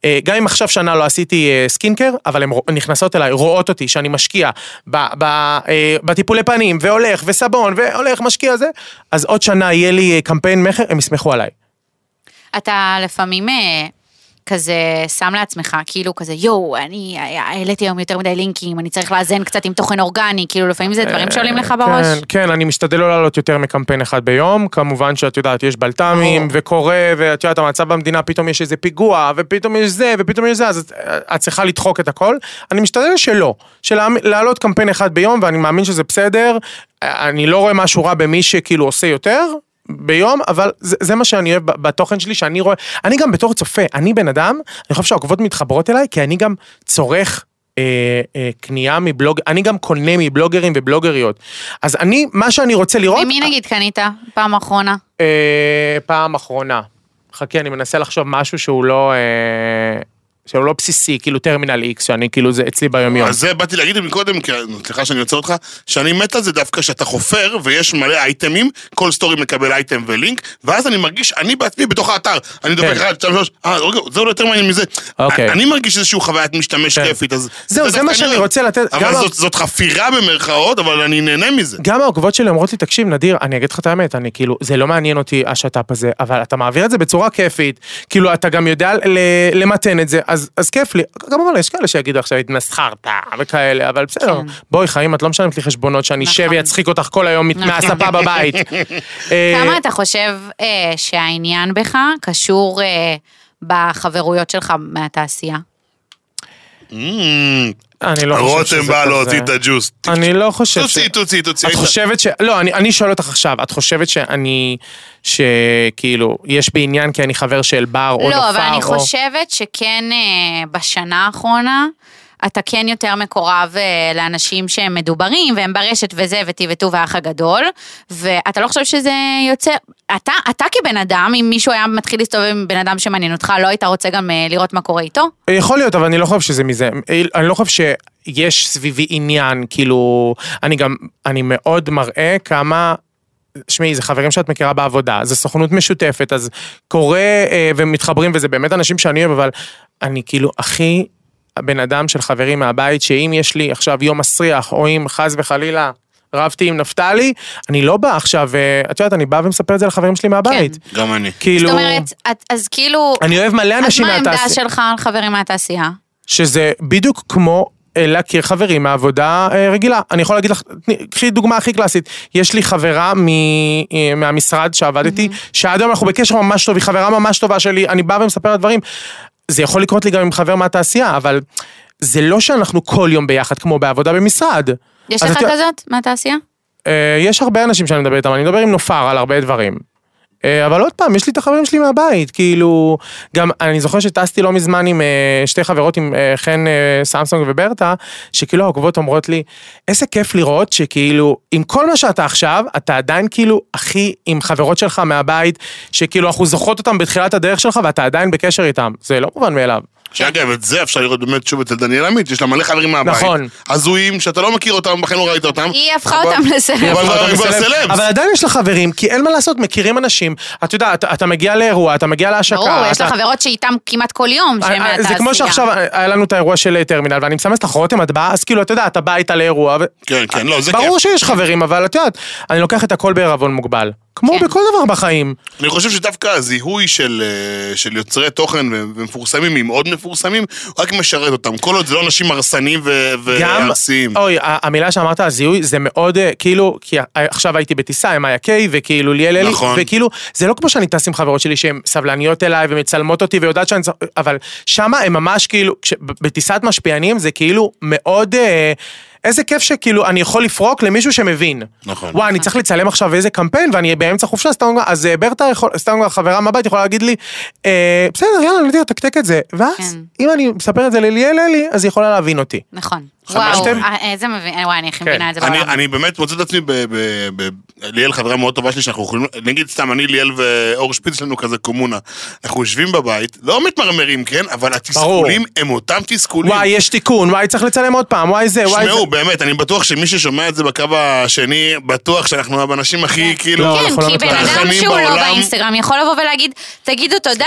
Speaker 4: אה, גם אם עכשיו שנה לא עשיתי אה, סקינקר, אבל הן רוא- נכנסות אליי, רואות אותי, שאני משקיע ב, ב, אה, בטיפולי פנים, והולך, וסבון, והולך, משקיע זה, אז עוד שנה יהיה לי אה, קמפיין מכר, הם יסמכו עליי.
Speaker 3: אתה לפעמים אה, כזה שם לעצמך, כאילו כזה, יואו, אני אה, העליתי היום יותר מדי לינקים, אני צריך לאזן קצת עם תוכן אורגני, כאילו לפעמים זה דברים שעולים לך בראש.
Speaker 4: כן, כן, אני משתדל לא לעלות יותר מקמפיין אחד ביום. כמובן שאת יודעת, יש בלת"מים, וקורה, ואת יודעת, המצב במדינה, פתאום יש איזה פיגוע, ופתאום יש זה, ופתאום יש זה, אז את, את צריכה לדחוק את הכל. אני משתדל שלא, של להעמ- להעלות קמפיין אחד ביום, ואני מאמין שזה בסדר. אני לא רואה משהו רע במי שכאילו עושה יותר. ביום, אבל זה, זה מה שאני אוהב ב- בתוכן שלי, שאני רואה, אני גם בתור צופה, אני בן אדם, אני חושב שהעוקבות מתחברות אליי, כי אני גם צורך אה, אה, קנייה מבלוג, אני גם קונה מבלוגרים ובלוגריות. אז אני, מה שאני רוצה לראות...
Speaker 3: ממי אה, נגיד קנית פעם אחרונה?
Speaker 4: אה, פעם אחרונה. חכי, אני מנסה לחשוב משהו שהוא לא... אה, שהוא לא בסיסי, כאילו טרמינל איקס, שאני כאילו זה אצלי ביומיום.
Speaker 2: אז זה באתי להגיד מקודם, כי- סליחה שאני עוצר אותך, שאני מת על זה דווקא שאתה חופר ויש מלא אייטמים, כל סטורי מקבל אייטם ולינק, ואז אני מרגיש, אני בעצמי בתוך האתר, אני דופק
Speaker 4: כן.
Speaker 2: אחד, שתיים, שלוש, אה, רגע, זה אולי יותר מעניין מזה.
Speaker 4: אוקיי.
Speaker 2: אני מרגיש איזשהו חוויית משתמש
Speaker 4: כן.
Speaker 2: כיפית, אז...
Speaker 4: זהו, זה
Speaker 2: דווקא
Speaker 4: מה
Speaker 2: אני
Speaker 4: שאני
Speaker 2: אוהב.
Speaker 4: רוצה לתת, גם
Speaker 2: אבל
Speaker 4: ה-
Speaker 2: זאת- זאת חפירה במרכאות, אבל אני נהנה מזה.
Speaker 4: גם העוקבות שלי אומרות לי, תקשיב, נדיר, אני אגיד לך את האמת, אני כאילו, זה לא מעניין אותי השת"פ הזה, אבל אתה מעביר את זה בצורה כיפית, כאילו, אתה גם יודע ל- למתן את זה, אז, אז כיף לי. כמובן, יש כאלה שיגידו עכשיו, התנסחרת וכאלה, אבל בסדר.
Speaker 3: כן.
Speaker 4: בואי, חיים, את לא משלמת לי חשבונות שאני אשב
Speaker 3: נכון.
Speaker 4: ויצחיק אותך כל היום מת- מהספה בבית. אה,
Speaker 3: כמה אתה חושב אה, שהעניין בך קשור אה, בחברויות שלך מהתעשייה?
Speaker 2: אמ,
Speaker 4: אני לא חושב שזה
Speaker 2: רותם בא
Speaker 4: כזה.
Speaker 2: להוציא את הג'וס.
Speaker 4: אני לא חושב ש...
Speaker 2: תוציא, תוציא, תוציא.
Speaker 4: את
Speaker 2: היית-
Speaker 4: חושבת ש... לא, אני, אני שואל אותך עכשיו, את חושבת שאני... שכאילו, יש בי עניין כי אני חבר של בר או נופר או...
Speaker 3: לא, אבל אני חושבת שכן אה, בשנה האחרונה, אתה כן יותר מקורב אה, לאנשים שהם מדוברים, והם ברשת וזה, וטבעטו והאח הגדול, ואתה לא חושב שזה יוצר... אתה, אתה כבן אדם, אם מישהו היה מתחיל להסתובב עם בן אדם שמעניין אותך, לא היית רוצה גם אה, לראות מה קורה איתו?
Speaker 4: יכול להיות, אבל אני לא חושב שזה מזה. אני לא חושב שיש סביבי עניין, כאילו... אני גם... אני מאוד מראה כמה... שמעי, זה חברים שאת מכירה בעבודה, זה סוכנות משותפת, אז קורה אה, ומתחברים, וזה באמת אנשים שאני אוהב, אבל אני כאילו הכי הבן אדם של חברים מהבית, שאם יש לי עכשיו יום מסריח, או אם חס וחלילה רבתי עם נפתלי, אני לא בא עכשיו, אה, את יודעת, אני בא ומספר את זה לחברים שלי מהבית. כן.
Speaker 2: גם אני.
Speaker 4: כאילו...
Speaker 3: זאת אומרת, את, אז כאילו...
Speaker 4: אני אוהב מלא
Speaker 3: אז
Speaker 4: אנשים
Speaker 3: מה העמדה
Speaker 4: מהתעשייה.
Speaker 3: שלך על חברים מהתעשייה?
Speaker 4: שזה בדיוק כמו אה, להכיר חברים מעבודה אה, רגילה. אני יכול להגיד לך, תני- קחי דוגמה הכי קלאסית. יש לי חברה מ, אה, מהמשרד שעבדתי, שעד היום אנחנו בקשר ממש טוב, היא חברה ממש טובה שלי, אני בא ומספר לה דברים. זה יכול לקרות לי גם עם חבר מהתעשייה, אבל זה לא שאנחנו כל יום ביחד כמו בעבודה במשרד.
Speaker 3: יש
Speaker 4: אז
Speaker 3: לך
Speaker 4: את-
Speaker 3: כזאת מהתעשייה?
Speaker 4: אה, יש הרבה אנשים שאני מדבר איתם, אני מדבר עם נופר על הרבה דברים. אה, אבל עוד פעם, יש לי את החברים שלי מהבית, כאילו, גם אני זוכר שטסתי לא מזמן עם אה, שתי חברות, עם אה, חן אה, סמסונג וברטה, שכאילו העוקבות אומרות לי, איזה כיף לראות שכאילו, עם כל מה שאתה עכשיו, אתה עדיין כאילו הכי עם חברות שלך מהבית, שכאילו אנחנו זוכרות אותם בתחילת הדרך שלך ואתה עדיין בקשר איתם, זה לא מובן מאליו.
Speaker 2: שאגב, את זה אפשר לראות באמת שוב אצל דניאל עמית, יש לה מלא חברים מהבית.
Speaker 4: נכון.
Speaker 2: הזויים, שאתה לא מכיר אותם, בחיים לא ראית
Speaker 4: אה,
Speaker 2: אותם.
Speaker 3: היא הפכה
Speaker 2: אבל-
Speaker 3: אותם לסלב.
Speaker 2: אבל-
Speaker 4: אתה
Speaker 2: אבל
Speaker 4: מסלב.
Speaker 2: סלבס.
Speaker 4: אבל עדיין יש לך חברים, כי אין מה לעשות, מכירים אנשים. אתה יודע, אתה- אתה מגיע לאירוע, אתה מגיע להשקה.
Speaker 3: ברור, יש
Speaker 4: אתה-
Speaker 3: לה חברות שאיתם כמעט כל יום, שהן
Speaker 4: אה, אה,
Speaker 3: מהתעשייה.
Speaker 4: זה כמו שעכשיו אה, היה לנו את האירוע של אה, טרמינל, ואני מסמס לך, רותם, את באה, אז כאילו, אתה יודע, אתה בא איתה לאירוע. ו-
Speaker 2: כן, כן, לא, זה כיף.
Speaker 4: ברור שיש חברים, אבל את יודעת, אני לוקח את הכל בעירבון מוגבל. כמו
Speaker 3: כן.
Speaker 4: בכל דבר בחיים.
Speaker 2: אני חושב שדווקא הזיהוי של, אה, של יוצרי תוכן ו- ומפורסמים עם עוד מפורסמים, רק משרת אותם. כל עוד זה לא אנשים הרסניים ו-
Speaker 4: גם,
Speaker 2: והרסיים.
Speaker 4: אוי, ה- המילה שאמרת על זיהוי זה מאוד אה, כאילו, כי ה- עכשיו הייתי בטיסה עם איה קיי, וכאילו ליאל אלי,
Speaker 2: נכון.
Speaker 4: וכאילו, זה לא כמו שאני טס עם חברות שלי שהן סבלניות אליי ומצלמות אותי ויודעת שאני צריך, אבל שמה הם ממש כאילו, כש- ב- בטיסת משפיענים זה כאילו מאוד... אה, איזה כיף שכאילו אני יכול לפרוק למישהו שמבין.
Speaker 2: נכון.
Speaker 4: וואי, אני צריך לצלם עכשיו איזה קמפיין ואני באמצע חופשה, סתם אומר, אז אה, ברטה, יכול- סתם אומר, חברה מהבית יכולה להגיד לי, אה, בסדר, יאללה, אני יודעת, תקתק את זה. ואז,
Speaker 3: כן.
Speaker 4: אם אני מספר את זה לליאל אלי, אז היא יכולה להבין אותי.
Speaker 3: נכון.
Speaker 2: חמש
Speaker 3: וואו,
Speaker 2: שתיים.
Speaker 3: אה, איזה מבין, וואי, אני הכי
Speaker 4: כן.
Speaker 3: מבינה את זה
Speaker 2: אני,
Speaker 3: בעולם.
Speaker 2: אני באמת מוצא את עצמי ב... ב, ב ליאל חברה מאוד טובה שלי שאנחנו יכולים, נגיד סתם אני ליאל ואור שפיץ שלנו כזה קומונה. אנחנו יושבים בבית, לא מתמרמרים, כן? אבל התסכולים הם אותם תסכולים.
Speaker 4: וואי, יש תיקון, וואי, צריך לצלם עוד פעם, וואי זה, וואי זה.
Speaker 2: תשמעו, באמת, אני בטוח שמי ששומע את זה בקו השני, בטוח שאנחנו הבנשים הכי, כאילו...
Speaker 4: לא, אנחנו
Speaker 3: כן, כי
Speaker 4: לא
Speaker 3: בן אדם
Speaker 2: מתערבנים
Speaker 3: שהוא לא
Speaker 2: בעולם.
Speaker 3: באינסטגרם יכול לבוא ולהגיד, תגידו תודה,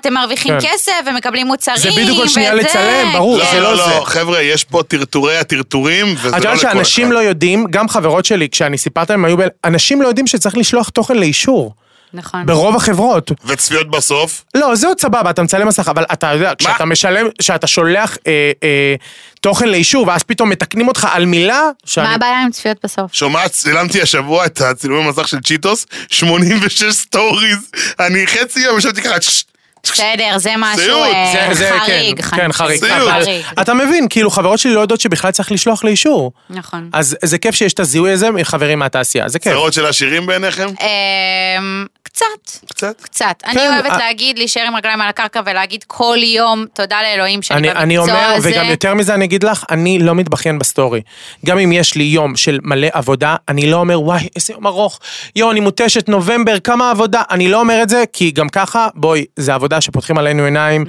Speaker 3: אתם מרוויחים
Speaker 4: כן.
Speaker 3: כסף ומקבלים מוצרים,
Speaker 4: זה בדיוק עוד שנייה
Speaker 3: וזה." כן.
Speaker 4: לצלם, ברור,
Speaker 2: לא,
Speaker 4: זה
Speaker 2: לא,
Speaker 4: לא זה.
Speaker 2: לא, חבר'ה, יש פה טרטורי הטרטורים, וזה לא
Speaker 4: אתה
Speaker 2: לכל
Speaker 4: יודע
Speaker 2: אחד.
Speaker 4: שאנשים לא יודעים, גם חברות שלי, כשאני סיפרתי להם, היו ב... אנשים לא יודעים שצריך לשלוח תוכן לאישור,
Speaker 3: נכון.
Speaker 4: ברוב החברות.
Speaker 2: וצפיות בסוף,
Speaker 4: לא, זה עוד סבבה, אתה מצלם מסך, אבל אתה יודע, כשאתה משלם, כשאתה שולח אה, אה, תוכן לאישור, ואז פתאום מתקנים אותך על מילה, שאני...
Speaker 3: מה הבעיה עם צפיות בסוף?
Speaker 2: שומעת, צילמתי השבוע את הצילומי מסך של צ'יטוס, 86 סטוריז, אני חצי יום ישבתי ככה, "ששש,
Speaker 3: בסדר, זה משהו
Speaker 2: סיוט.
Speaker 3: אה,
Speaker 4: זה- זה
Speaker 3: חריג.
Speaker 4: כן, כן, חריג.
Speaker 2: סיוט.
Speaker 4: אבל
Speaker 3: חריג.
Speaker 4: אתה מבין, כאילו חברות שלי לא יודעות שבכלל צריך לשלוח לאישור.
Speaker 3: נכון.
Speaker 4: אז זה כיף שיש את הזיהוי הזה מחברים מהתעשייה, זה כיף.
Speaker 2: צרות של עשירים בעיניכם?
Speaker 3: אמ, קצת.
Speaker 2: קצת.
Speaker 3: קצת. אני
Speaker 4: כן,
Speaker 3: אוהבת
Speaker 4: א-
Speaker 3: להגיד, להישאר עם רגליים על הקרקע ולהגיד כל יום, תודה לאלוהים שאני
Speaker 4: אני,
Speaker 3: במקצוע הזה.
Speaker 4: אני אומר, וגם יותר מזה אני אגיד לך, אני לא מתבכיין בסטורי. גם אם יש לי יום של מלא עבודה, אני לא אומר, וואי, איזה יום ארוך. יואו, אני מותשת, נובמבר, כמה עבודה. אני לא אומר את זה, כי גם ככה, בואי, זה עבודה שפותחים עלינו עיניים.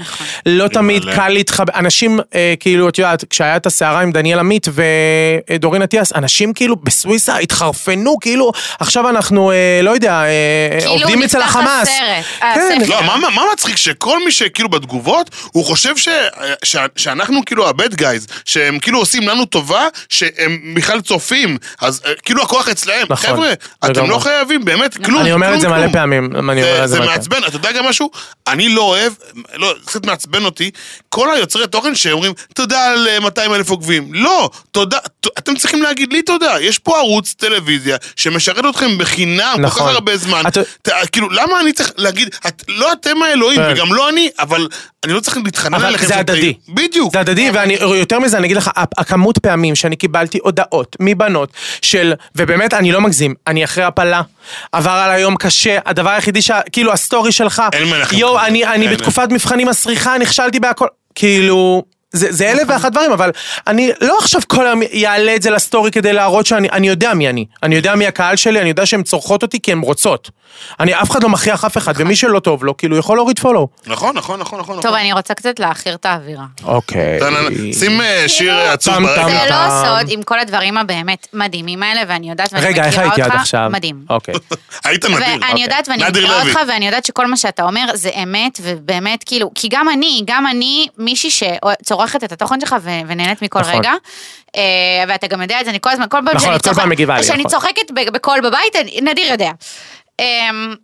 Speaker 4: לא תמיד
Speaker 2: מלא.
Speaker 4: קל להתחבר. אנשים, אה, כאילו, את יודעת, כשהיה את הסערה עם דניאל עמית ודורין אטיאס, אנשים כאילו בסוויסה התחרפנו, כאילו, עכשיו אנחנו, אה, לא יודע, אה,
Speaker 3: כאילו
Speaker 4: עובדים אצל
Speaker 3: נפתח אה,
Speaker 4: החמאס.
Speaker 3: הסרט,
Speaker 4: כן,
Speaker 3: הספר.
Speaker 2: לא, מה- מה מה מצחיק? שכל מי שכאילו בתגובות, הוא חושב ש- ש- שאנחנו כאילו ה-bad guys, שהם כאילו עושים לנו טובה, שהם בכלל צופים, אז אה, כאילו הכוח אצלהם.
Speaker 4: נכון,
Speaker 2: חבר'ה, אתם
Speaker 4: לגמרי.
Speaker 2: לא חייבים, באמת, כלום.
Speaker 4: אני אומר
Speaker 2: כלום,
Speaker 4: את זה מלא
Speaker 2: כלום.
Speaker 4: פעמים, אני אומר
Speaker 2: זה-
Speaker 4: את זה
Speaker 2: זה
Speaker 4: מלא פעמים.
Speaker 2: מעצבן, אתה יודע גם משהו? אני לא אוהב, לא, זה קצת מעצבן אותי, כל היוצרי תוכן שאומרים, תודה על אה, 200 אלף עוקבים. לא, תודה, ת- אתם צריכים להגיד לי תודה. יש פה ערוץ טלוויזיה שמשרת אתכם בחינם כל כך
Speaker 4: נכון.
Speaker 2: הרבה זמן.
Speaker 4: אתה-
Speaker 2: ת- כאילו, למה אני צריך להגיד, את- לא אתם האלוהים,
Speaker 4: כן.
Speaker 2: וגם לא אני, אבל אני לא צריך להתחנן
Speaker 4: אבל
Speaker 2: עליכם.
Speaker 4: זה
Speaker 2: שאתם-
Speaker 4: הדדי. כן.
Speaker 2: בדיוק.
Speaker 4: זה הדדי, ואני, יותר מזה, אני אגיד לך, הכמות פעמים שאני קיבלתי הודעות מבנות של, ובאמת, אני לא מגזים, אני אחרי הפלה, עבר עליי יום קשה, הדבר היחידי שה... כאילו, הסטורי שלך,
Speaker 2: אין מנחם
Speaker 4: יואו,
Speaker 2: כזה.
Speaker 4: אני, אני
Speaker 2: אין
Speaker 4: בתקופת מבחנים מסריחה, נכשלתי בהכל, כאילו... זה, זה אלף ואחת דברים, אבל אני לא עכשיו כל היום יעלה את זה לסטורי כדי להראות שאני אני יודע מי אני. אני יודע מי הקהל שלי, אני יודע שהן צורכות אותי כי הן רוצות. אני, אף אחד לא מכריח אף אחד, ומי שלא טוב לו, כאילו, יכול להוריד פולו.
Speaker 2: נכון, נכון, נכון, נכון.
Speaker 3: טוב,
Speaker 2: נכון.
Speaker 3: אני רוצה קצת להעכיר את האווירה.
Speaker 4: אוקיי.
Speaker 2: שים אה, שיר
Speaker 3: כאילו,
Speaker 2: עצוב
Speaker 4: טם, טם,
Speaker 2: ברקע.
Speaker 3: זה
Speaker 4: טעם.
Speaker 3: לא סוד עם כל הדברים הבאמת מדהימים האלה, ואני יודעת ואני מכירה
Speaker 4: אה, רגע,
Speaker 3: אותך.
Speaker 4: איך הייתי עד עכשיו?
Speaker 3: מדהים.
Speaker 4: אוקיי.
Speaker 2: היית נדיר. אה,
Speaker 3: ואני יודעת ואני
Speaker 2: נדיר
Speaker 3: מכירה
Speaker 2: לוי.
Speaker 3: אותך, ואני יודעת שכל מה שאתה אומר זה אמת, ובאמת, כאילו, כי גם אני, גם אני מישהי שצורכת את התוכן שלך ו- ונהנית מכל
Speaker 4: נכון.
Speaker 3: רגע, אה, ואתה גם יודע את זה, אני כל הזמן, כל פעם
Speaker 4: נכון,
Speaker 3: שאני
Speaker 4: את כל
Speaker 3: צוחק-
Speaker 4: פעם מגיבה לי,
Speaker 3: שאני
Speaker 4: נכון.
Speaker 3: צוחקת ב- בקול בבית, אני- נדיר יודע. אמ,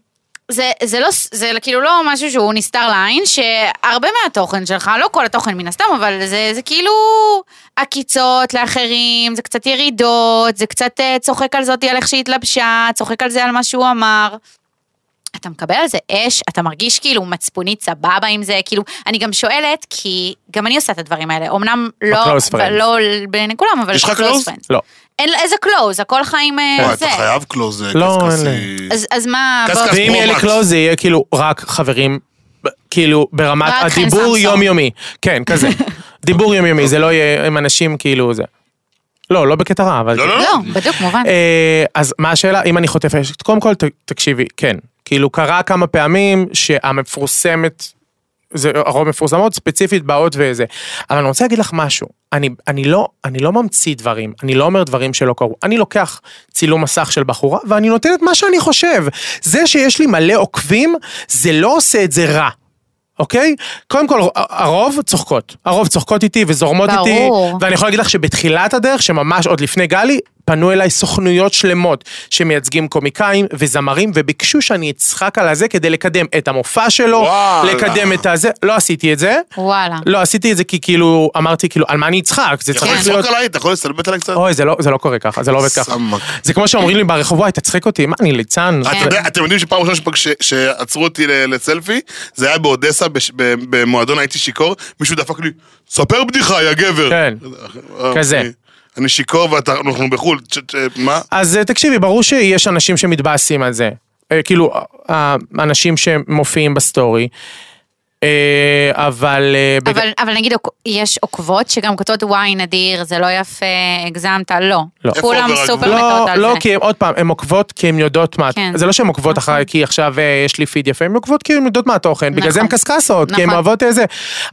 Speaker 3: זה, זה לא, ס- זה כאילו לא משהו שהוא נסתר לעין, שהרבה מהתוכן שלך, לא כל התוכן מן הסתם, אבל זה, זה כאילו עקיצות לאחרים, זה קצת ירידות, זה קצת אה, צוחק על זאתי על איך שהיא התלבשה, צוחק על זה על מה שהוא אמר. אתה מקבל על זה אש, אתה מרגיש כאילו מצפונית סבבה עם זה, כאילו, אני גם שואלת, כי גם אני עושה את הדברים האלה, אמנם לא,
Speaker 4: ב-close friends.
Speaker 3: לא בין כולם, אבל
Speaker 2: יש לך
Speaker 3: close
Speaker 2: close?
Speaker 3: friends.
Speaker 4: לא.
Speaker 3: אין, איזה קלוז, הכל חיים אה,
Speaker 2: וואי,
Speaker 3: זה.
Speaker 2: אתה חייב קלוז אה,
Speaker 4: לא,
Speaker 2: קשקשי.
Speaker 4: אין
Speaker 3: אז, אז מה...
Speaker 2: קס-
Speaker 3: בוא-
Speaker 2: קס-
Speaker 4: ואם יהיה לי
Speaker 2: פרו-מקס.
Speaker 4: קלוז זה יהיה כאילו רק חברים, ב- כאילו ברמת
Speaker 3: רק חן
Speaker 4: הדיבור
Speaker 3: סמסון.
Speaker 4: יומיומי. כן, כזה. דיבור יומיומי, זה לא יהיה עם אנשים כאילו זה. לא, לא בקטע רע, אבל...
Speaker 2: לא, לא,
Speaker 3: לא, בדיוק, מובן.
Speaker 4: אה, אז מה השאלה? אם אני חוטף אש? קודם כל, ת- תקשיבי, כן. כאילו, קרה כמה פעמים שהמפורסמת, זה הרוב מפורסמות, ספציפית באות וזה. אבל אני רוצה להגיד לך משהו. אני, אני, לא, אני לא ממציא דברים, אני לא אומר דברים שלא קרו. אני לוקח צילום מסך של בחורה, ואני נותן את מה שאני חושב. זה שיש לי מלא עוקבים, זה לא עושה את זה רע. אוקיי? קודם כל, הרוב צוחקות. הרוב צוחקות איתי וזורמות איתי.
Speaker 3: ברור.
Speaker 4: ואני יכול להגיד לך שבתחילת הדרך, שממש עוד לפני גלי, פנו אליי סוכנויות שלמות שמייצגים קומיקאים וזמרים, וביקשו שאני אצחק על הזה כדי לקדם את המופע שלו,
Speaker 2: וואלה.
Speaker 4: לקדם את הזה. לא עשיתי את זה.
Speaker 3: וואלה.
Speaker 4: לא עשיתי את זה כי כאילו, אמרתי כאילו, על מה אני אצחק? זה
Speaker 2: יכול
Speaker 3: כן.
Speaker 4: צריך
Speaker 2: לצחוק
Speaker 4: להיות...
Speaker 2: עליי? אתה יכול לסלבט עליי קצת?
Speaker 4: אוי, זה לא, זה לא קורה ככה, זה לא עובד ככה.
Speaker 2: סמק.
Speaker 4: זה כמו שאומרים לי ברחוב, וואי, תצחיק אותי, מה, אני ליצן?
Speaker 3: כן.
Speaker 2: אתה יודע- אתם יודעים שפעם ראשונה שפג- ש- שעצרו אותי ל- לסלפי, זה היה באודסה, בש- ב- במועדון הייתי שיכור, מישהו דפק לי, ספר בדיחה, יא גבר.
Speaker 4: כן.
Speaker 2: אה,
Speaker 4: כזה.
Speaker 2: אני- אני שיכור ואנחנו בחו"ל, צ'- צ'- מה?
Speaker 3: כן.
Speaker 4: אז אה, תקשיבי, ברור שיש אנשים שמתבאסים על זה. אה, כאילו, אה, אנשים שמופיעים בסטורי. אה, אבל... אה, בג-
Speaker 3: אבל, אבל נגיד עוק- יש עוקבות שגם כותבות וואי נדיר, זה לא יפה, הגזמת, לא.
Speaker 4: לא.
Speaker 3: כולם
Speaker 2: איפה עובר
Speaker 3: סופר
Speaker 2: הגבול?
Speaker 3: מתות על
Speaker 4: לא,
Speaker 3: זה.
Speaker 4: כי הם, עוד פעם, הן עוקבות כי הן יודעות מה...
Speaker 3: כן.
Speaker 4: זה לא שהן עוקבות אחרי, כי עכשיו אה, יש לי פיד יפה, הן עוקבות כי הן יודעות מה התוכן, בגלל זה הן
Speaker 3: נכון.
Speaker 4: קשקשות, כי הן
Speaker 3: נכון.
Speaker 4: אוהבות אה, זה.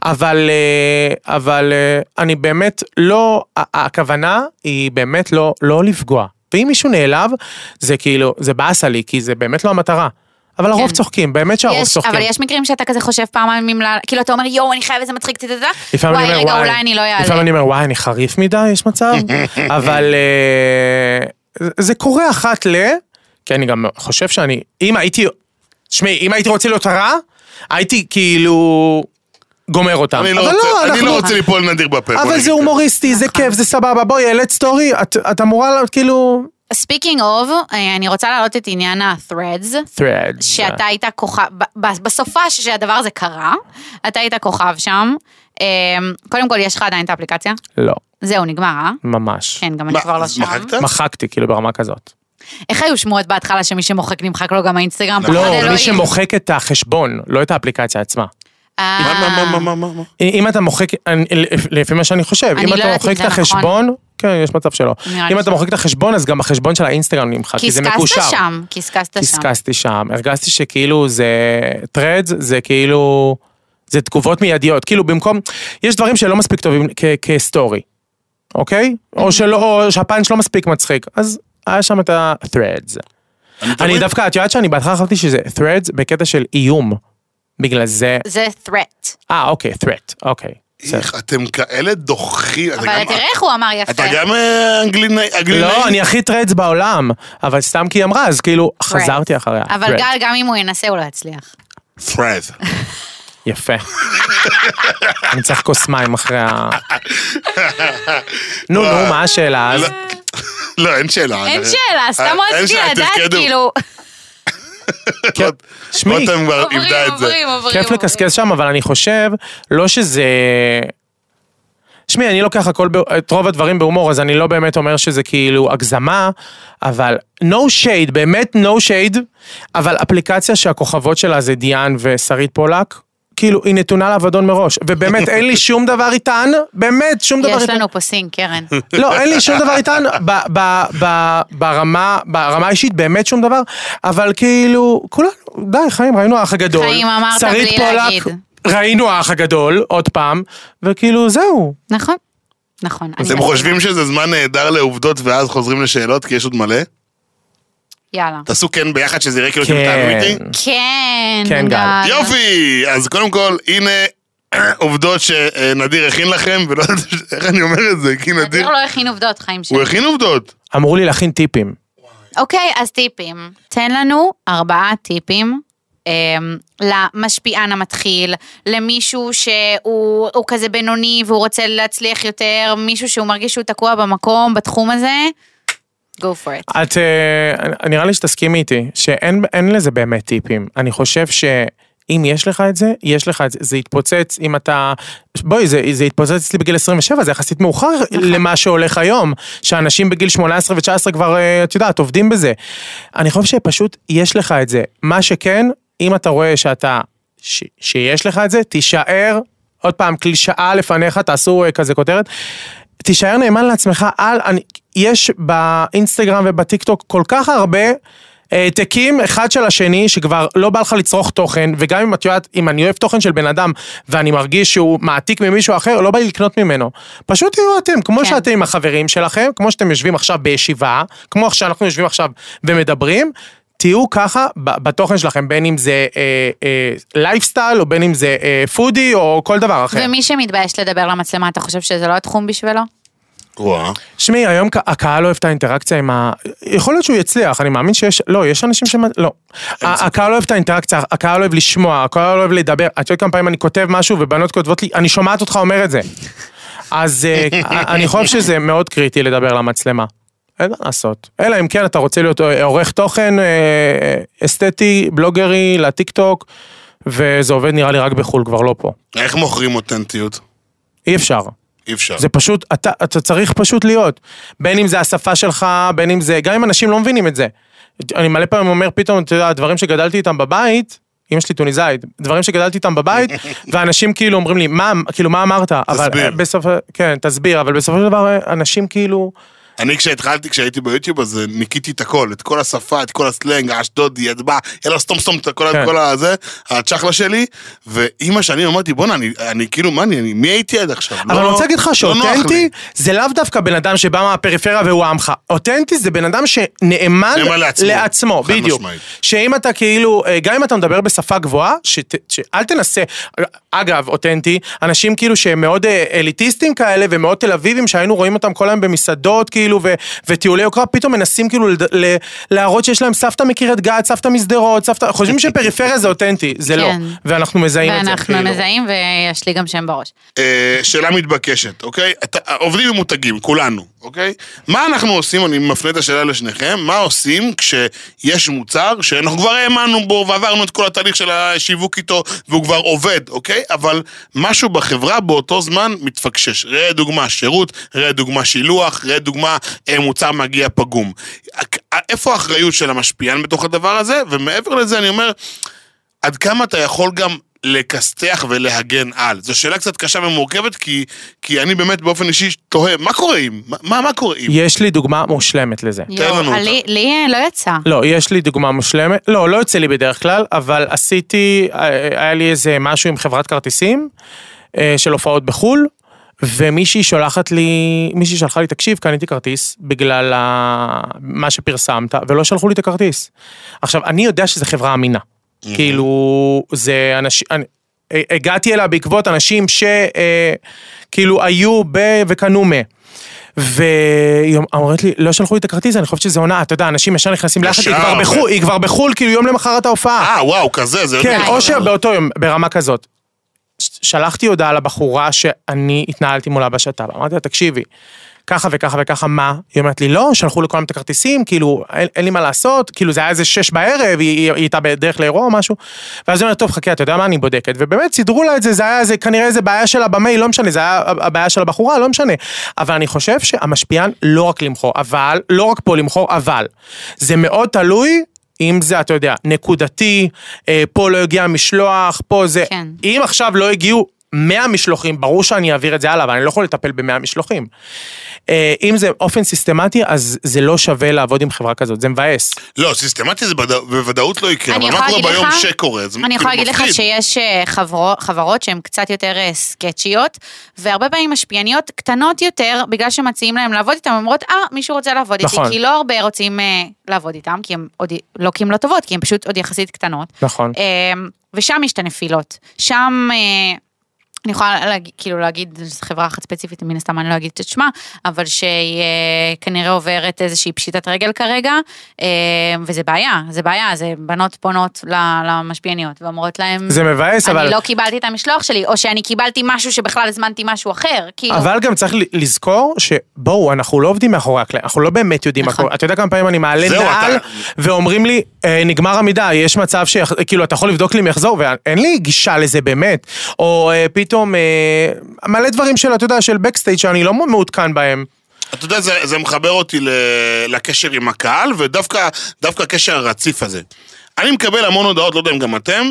Speaker 4: אבל, אה, אבל אה, אני באמת לא... ה- הכוונה היא באמת לא, לא לפגוע. ואם מישהו נעלב, זה כאילו, זה באסה לי, כי זה באמת לא המטרה. אבל הרוב
Speaker 3: כן.
Speaker 4: צוחקים, באמת שהרוב
Speaker 3: יש,
Speaker 4: צוחקים.
Speaker 3: אבל יש מקרים שאתה כזה חושב פעמיים אם לה... כאילו אתה אומר יואו אני חייב איזה מצחיק טטטה,
Speaker 4: לפעמים
Speaker 3: וואי
Speaker 4: אני אומר,
Speaker 3: רגע
Speaker 4: וואי,
Speaker 3: אולי אני לא
Speaker 4: לפעמים
Speaker 3: אעלה.
Speaker 4: אני אומר, וואי, אני חריף מדי, יש מצב? אבל אה, זה- זה קורה אחת ל... כי אני גם חושב שאני... אם הייתי... תשמעי, אם הייתי רוצה להיות הרע, הייתי כאילו... גומר אותם.
Speaker 2: אני לא
Speaker 4: אבל
Speaker 2: רוצה- אני
Speaker 4: אנחנו-
Speaker 2: לא רוצה ליפול נדיר בפה. בוא
Speaker 4: אבל
Speaker 2: נגיד
Speaker 4: זה
Speaker 2: ככה.
Speaker 4: הומוריסטי, זה כיף, זה סבבה. בואי, העלית סטורי, את- את אמורה לה- כאילו...
Speaker 3: ספיקינג אוף, אה, אני רוצה להעלות את עניין ה-threads.
Speaker 4: thread.
Speaker 3: שאתה היית כוכב, ב- ב- בסופה ש- שהדבר הזה קרה, אתה היית כוכב שם. אמ, קודם כל, יש לך עדיין את האפליקציה?
Speaker 4: לא,
Speaker 3: זהו, נגמר, אה?
Speaker 4: ממש.
Speaker 3: כן, גם אני
Speaker 2: מה,
Speaker 3: כבר לא
Speaker 2: אז
Speaker 3: שם.
Speaker 2: מחקת?
Speaker 4: מחקתי, כאילו, ברמה כזאת.
Speaker 3: איך היו שמועות בהתחלה שמי שמוחק נמחק לו גם האינסטגרם? פחד
Speaker 4: לא,
Speaker 3: אלוהים.
Speaker 4: מי שמוחק את החשבון, לא את האפליקציה עצמה.
Speaker 3: אה,
Speaker 2: מה, מה, מה, מה, מה, מה?
Speaker 4: אם אתה מוחק, אני- לפי מה שאני חושב,
Speaker 3: אני
Speaker 4: אם
Speaker 3: לא
Speaker 4: אתה
Speaker 3: יודעת אם
Speaker 4: מוחק
Speaker 3: זה
Speaker 4: את החשבון, כן, יש מצב שלא.
Speaker 3: נראה לי
Speaker 4: אם אתה
Speaker 3: שלא.
Speaker 4: מוחק את החשבון, אז גם החשבון של האינסטגרם נמחק, כי זה מקושר.
Speaker 3: קשקשת שם, קשקשת שם.
Speaker 4: קשקשתי שם, הרגשתי שכאילו זה טרדס, זה כאילו, זה תגובות מיידיות, כאילו במקום, יש דברים שלא מספיק טובים כ- כסטורי, אוקיי?
Speaker 3: Mm-hmm.
Speaker 4: או שלא, או שהפאנץ' לא מספיק מצחיק, אז היה שם את ה-threads. אני
Speaker 2: תמיד-
Speaker 4: דווקא, את יודעת שאני בהתחלה חשבתי שזה threads בקטע של איום, בגלל זה,
Speaker 3: זה threat.
Speaker 4: אה אוקיי, threat, אוקיי. בסדר.
Speaker 2: איך אתם כאלה דוחים. אתה
Speaker 3: אבל
Speaker 2: גם-
Speaker 3: תראה כן. איך הוא אמר יפה.
Speaker 2: אתה גם אה, אנגלינאי?
Speaker 4: לא,
Speaker 3: כאילו,
Speaker 2: אנגלינאי?
Speaker 4: אני הכי טרדס בעולם, אבל סתם כי היא אמרה, אז כאילו, חזרתי אחריה.
Speaker 3: אבל
Speaker 4: טרד.
Speaker 3: גל, גם אם הוא ינסה, הוא לא יצליח.
Speaker 2: thread.
Speaker 4: יפה. אני צריך כוס מים אחרי ה... נו, נו, מה השאלה אז?
Speaker 2: לא, אין שאלה.
Speaker 3: אין
Speaker 2: אני-
Speaker 3: שאלה, סתם
Speaker 2: אה, אין
Speaker 3: רציתי
Speaker 2: שאלה,
Speaker 3: לדעת,
Speaker 2: תפקדו. אה,
Speaker 3: כאילו,
Speaker 4: כן. שמי,
Speaker 2: רותם כבר
Speaker 3: עוברים,
Speaker 2: איבדה את זה.
Speaker 3: עוברים, עוברים.
Speaker 4: כיף לקסקס שם, אבל אני חושב, לא שזה... שמי, אני לוקח הכל, ב- את רוב הדברים בהומור, אז אני לא באמת אומר שזה כאילו הגזמה, אבל no shade, באמת no shade, אבל אפליקציה שהכוכבות שלה זה דיאן ושרית פולק, כאילו, היא נתונה לאבדון מראש, ובאמת אין לי שום דבר איתן, באמת, שום דבר
Speaker 3: יש
Speaker 4: איתן.
Speaker 3: לנו פה סינק, קרן.
Speaker 4: לא, אין לי שום דבר איתן, ב, ב, ב, ברמה, ברמה האישית באמת שום דבר, אבל כאילו, כולנו, די, חיים, ראינו האח הגדול.
Speaker 3: חיים, אמרת
Speaker 4: שרית
Speaker 3: בלי
Speaker 4: פולק,
Speaker 3: להגיד.
Speaker 4: ראינו האח הגדול, עוד פעם, וכאילו, זהו.
Speaker 3: נכון, נכון. אני
Speaker 2: אתם
Speaker 3: מסכימה.
Speaker 2: חושבים שזה זמן נהדר לעובדות ואז חוזרים לשאלות כי יש עוד מלא?
Speaker 3: יאלה.
Speaker 2: תעשו כן ביחד שזה יראה כאילו אתם תענו
Speaker 4: כן.
Speaker 2: איתי.
Speaker 3: כן.
Speaker 4: כן, גל.
Speaker 2: יופי! אז קודם כל, הנה עובדות שנדיר הכין לכם, ולא יודעת איך אני אומר את זה, כי נדיר...
Speaker 3: נדיר לא הכין עובדות, חיים שלי.
Speaker 2: הוא הכין עובדות.
Speaker 4: אמרו לי להכין טיפים.
Speaker 3: אוקיי, אז טיפים. תן לנו ארבעה טיפים. אמ, למשפיען המתחיל, למישהו שהוא הוא כזה בינוני והוא רוצה להצליח יותר, מישהו שהוא מרגיש שהוא תקוע במקום, בתחום הזה, go for it.
Speaker 4: את, אה, נראה לי שתסכימי איתי, שאין אין לזה באמת טיפים. אני חושב ש... אם יש לך את זה, יש לך את זה. זה יתפוצץ אם אתה... בואי, זה, זה יתפוצץ אצלי בגיל 27, זה יחסית מאוחר למה שהולך היום, שאנשים בגיל 18 ו-19 כבר, אה, את יודעת, עובדים בזה. אני חושב שפשוט יש לך את זה. מה שכן, אם אתה רואה שאתה... ש, שיש לך את זה, תישאר, עוד פעם, קלישאה לפניך, תעשו אה, כזה כותרת. תישאר נאמן לעצמך על... אני, יש באינסטגרם ובטיקטוק כל כך הרבה אה, העתקים אחד של השני, שכבר לא בא לך לצרוך תוכן, וגם אם את יודעת, אם אני אוהב תוכן של בן אדם, ואני מרגיש שהוא מעתיק ממישהו אחר, לא בא לי לקנות ממנו. פשוט תהיו אתם, כמו
Speaker 3: כן.
Speaker 4: שאתם עם החברים שלכם, כמו שאתם יושבים עכשיו בישיבה, כמו שאנחנו יושבים עכשיו ומדברים. תהיו ככה ב- בתוכן שלכם, בין אם זה לייפסטייל, אה, אה, lifestyle, או בין אם זה אה, פודי, או כל דבר אחר.
Speaker 3: ומי שמתבייש לדבר למצלמה, אתה חושב שזה לא התחום בשבילו?
Speaker 2: רואה.
Speaker 4: שמעי, היום ק- הקהל אוהב את האינטראקציה עם ה... יכול להיות שהוא יצליח, אני מאמין שיש... לא, יש אנשים ש... לא. ה- הקהל אוהב את האינטראקציה, הקהל אוהב לשמוע, הקהל אוהב לדבר. את יודעת כמה פעמים אני כותב משהו ובנות כותבות לי, אני שומעת אותך אומר את זה. אז אה, אני חושב שזה מאוד קריטי לדבר למצלמה. אין מה לעשות. אלא אם כן אתה רוצה להיות עורך תוכן אה, אסתטי, בלוגרי, לטיק טוק, וזה עובד נראה לי רק בחו"ל, כבר לא פה.
Speaker 2: איך מוכרים אותנטיות?
Speaker 4: אי אפשר.
Speaker 2: אי אפשר.
Speaker 4: זה פשוט, אתה, אתה צריך פשוט להיות. בין אם זה השפה שלך, בין אם זה, גם אם אנשים לא מבינים את זה. אני מלא פעמים אומר פתאום, אתה יודע, דברים שגדלתי איתם בבית, אמא שלי טוניסאית, דברים שגדלתי איתם בבית, ואנשים כאילו אומרים לי, מה, כאילו, מה אמרת? אבל,
Speaker 2: תסביר.
Speaker 4: אה, בסוף, כן, תסביר, אבל בסופו של דבר, אה, אנשים כאילו,
Speaker 2: אני כשהתחלתי, כשהייתי ביוטיוב, אז אה, ניקיתי את הכל, את כל השפה, את כל הסלנג, האשדודי, את בא, אלא סתום סתום את כל,
Speaker 4: כן.
Speaker 2: כל הזה, הצ'חלה שלי, ואימא שאני אמרתי, בואנה, אני, אני כאילו, מה אני, אני, מי הייתי עד עכשיו?
Speaker 4: אבל אני
Speaker 2: לא-
Speaker 4: רוצה להגיד לך
Speaker 2: לא נוח לי.
Speaker 4: שאותנטי, זה לאו דווקא בן אדם שבא מהפריפריה והוא עמך. אותנטי זה בן אדם שנאמן
Speaker 2: נאמן לעצמו.
Speaker 4: לעצמו,
Speaker 2: חד
Speaker 4: בדיוק.
Speaker 2: משמעית.
Speaker 4: שאם אתה כאילו, אה, גם אם אתה מדבר בשפה גבוהה, שת- שאל תנסה, אגב, אותנטי, אנשים כאילו שהם מאוד אה, אליטיסטים כאלה ומאוד תל אביבים, שהיינו רואים אותם כל היום במסעדות כאילו ו- וטיולי יוקרה, פתאום מנסים כאילו לד- ל- להראות שיש להם סבתא מקריית גת, סבתא משדרות, סבתא, חושבים שפריפריה זה אותנטי, זה לא.
Speaker 3: כן.
Speaker 4: ואנחנו מזהים את זה.
Speaker 3: ואנחנו
Speaker 4: כאילו.
Speaker 3: מזהים ויש לי גם שם בראש.
Speaker 2: אה, שאלה מתבקשת, אוקיי? אתה, עובדים עם מותגים, כולנו, אוקיי? מה אנחנו עושים, אני מפנה את השאלה לשניכם, מה עושים כשיש מוצר שאנחנו כבר האמנו בו ועברנו את כל התהליך של השיווק איתו והוא כבר עובד, אוקיי? אבל משהו בחברה באותו זמן מתפקשש. ראה דוגמה שירות, ראה דוגמה שילוח, ראה דוגמה אה, מוצר מגיע פגום. אה, איפה האחריות של המשפיען בתוך הדבר הזה? ומעבר לזה אני אומר, עד כמה אתה יכול גם לכסתח ולהגן על? זו שאלה קצת קשה ומורכבת, כי, כי אני באמת באופן אישי תוהה, מה קורה אם? מה, מה קורה אם?
Speaker 4: יש לי דוגמה מושלמת לזה.
Speaker 3: יואו,
Speaker 2: לנו אותה.
Speaker 3: לי- לי אה, לא יצא.
Speaker 4: לא, יש לי דוגמה מושלמת, לא, לא יוצא לי בדרך כלל, אבל עשיתי, אה, היה לי איזה משהו עם חברת כרטיסים אה, של הופעות בחו"ל, ומישהי שולחת לי, מישהי שלחה לי, תקשיב, קניתי כרטיס בגלל ה... מה שפרסמת, ולא שלחו לי את הכרטיס. עכשיו, אני יודע שזו חברה אמינה. כאילו, זה אנשים... אני, אה, הגעתי אליה בעקבות אנשים שכאילו היו ב... וקנו מ... והיא אומרת לי, לא שלחו לי את הכרטיס, אני חושבת שזה הונאה, אתה יודע, אנשים ישר נכנסים לחץ, היא
Speaker 2: ישר,
Speaker 4: כבר
Speaker 2: ו-
Speaker 4: בחו"ל, היא כבר בחו"ל, כאילו יום למחרת ההופעה.
Speaker 2: אה, וואו, כזה, זה...
Speaker 4: כן,
Speaker 2: יותר
Speaker 4: או
Speaker 2: חמור.
Speaker 4: שבאותו יום, ברמה כזאת. ש- שלחתי הודעה לבחורה שאני התנהלתי מולה בשת"פ, אמרתי לה, תקשיבי, ככה וככה וככה, מה? היא אומרת לי, לא, שלחו לכולם את הכרטיסים, כאילו, אין, אין לי מה לעשות, כאילו, זה היה איזה שש בערב, היא, היא, היא הייתה בדרך לאירוע או משהו, ואז היא אומרת, טוב, חכה, אתה יודע מה, אני בודקת, ובאמת סידרו לה את זה, זה היה איזה, כנראה איזה בעיה שלה במייל, לא משנה, זה היה הבעיה של הבחורה, לא משנה. אבל אני חושב שהמשפיען לא רק למכור, אבל, לא רק פה למכור, אבל, זה מאוד תלוי אם זה, אתה יודע, נקודתי, אה, פה לא הגיע המשלוח, פה זה...
Speaker 3: כן.
Speaker 4: אם עכשיו לא הגיעו 100 משלוחים, ברור שאני אעביר את זה הלאה, אבל אני לא יכול לטפל ב-100 משלוחים. אה, אם זה אופן סיסטמטי, אז זה לא שווה לעבוד עם חברה כזאת, זה מבאס.
Speaker 2: לא, סיסטמטי זה בוודא- בוודאות לא יקרה,
Speaker 3: אני
Speaker 2: אבל מה
Speaker 3: יכולה
Speaker 2: קורה
Speaker 3: להגיד
Speaker 2: ביום
Speaker 3: לך-
Speaker 2: שקורה? זה
Speaker 3: אני
Speaker 2: כאילו
Speaker 3: יכולה להגיד לך
Speaker 2: מפחיד.
Speaker 3: שיש אה, חברו- חברות שהן קצת יותר אה, סקצ'יות, והרבה פעמים משפיעניות קטנות יותר, בגלל שמציעים להן לעבוד איתן, אומרות, אה, מישהו רוצה לעבוד איתי,
Speaker 4: נכון.
Speaker 3: כי לא הרבה רוצים אה, לעבוד איתן, כי הן עוד, לא כי הן לא טובות, כי הן פשוט עוד יחסית קטנות.
Speaker 4: נכון.
Speaker 3: אמ, ושם יש את הנפילות. שם, אה, אני יכולה להגיד, כאילו להגיד, זו חברה אחת ספציפית, מן הסתם אני לא אגיד את שמה, אבל שהיא אה, כנראה עוברת איזושהי פשיטת רגל כרגע, אה, וזה בעיה, זה בעיה, זה בנות פונות ל- למשפיעניות, ואומרות להם,
Speaker 4: זה מבאס,
Speaker 3: אני
Speaker 4: אבל...
Speaker 3: לא קיבלתי את המשלוח שלי, או שאני קיבלתי משהו שבכלל הזמנתי משהו אחר, כאילו,
Speaker 4: אבל גם צריך ל- לזכור שבואו, אנחנו לא עובדים מאחורי הקלעים, אנחנו לא באמת יודעים מה
Speaker 3: נכון.
Speaker 4: קורה. אתה יודע כמה פעמים אני מעלה
Speaker 2: זהו,
Speaker 4: נעל,
Speaker 2: אתה-
Speaker 4: ואומרים לי, אה, נגמר המידע, יש מצב ש... כאילו, אתה יכול לבדוק לי אם יחזור, ואין לי גישה לזה באמת. או אה, פתאום, אה, מלא דברים של, אתה יודע, של בקסטייג' שאני לא מעודכן בהם.
Speaker 2: אתה יודע, זה, זה מחבר אותי ל, לקשר עם הקהל, ודווקא דווקא הקשר הרציף הזה. אני מקבל המון הודעות, לא יודע אם גם אתם,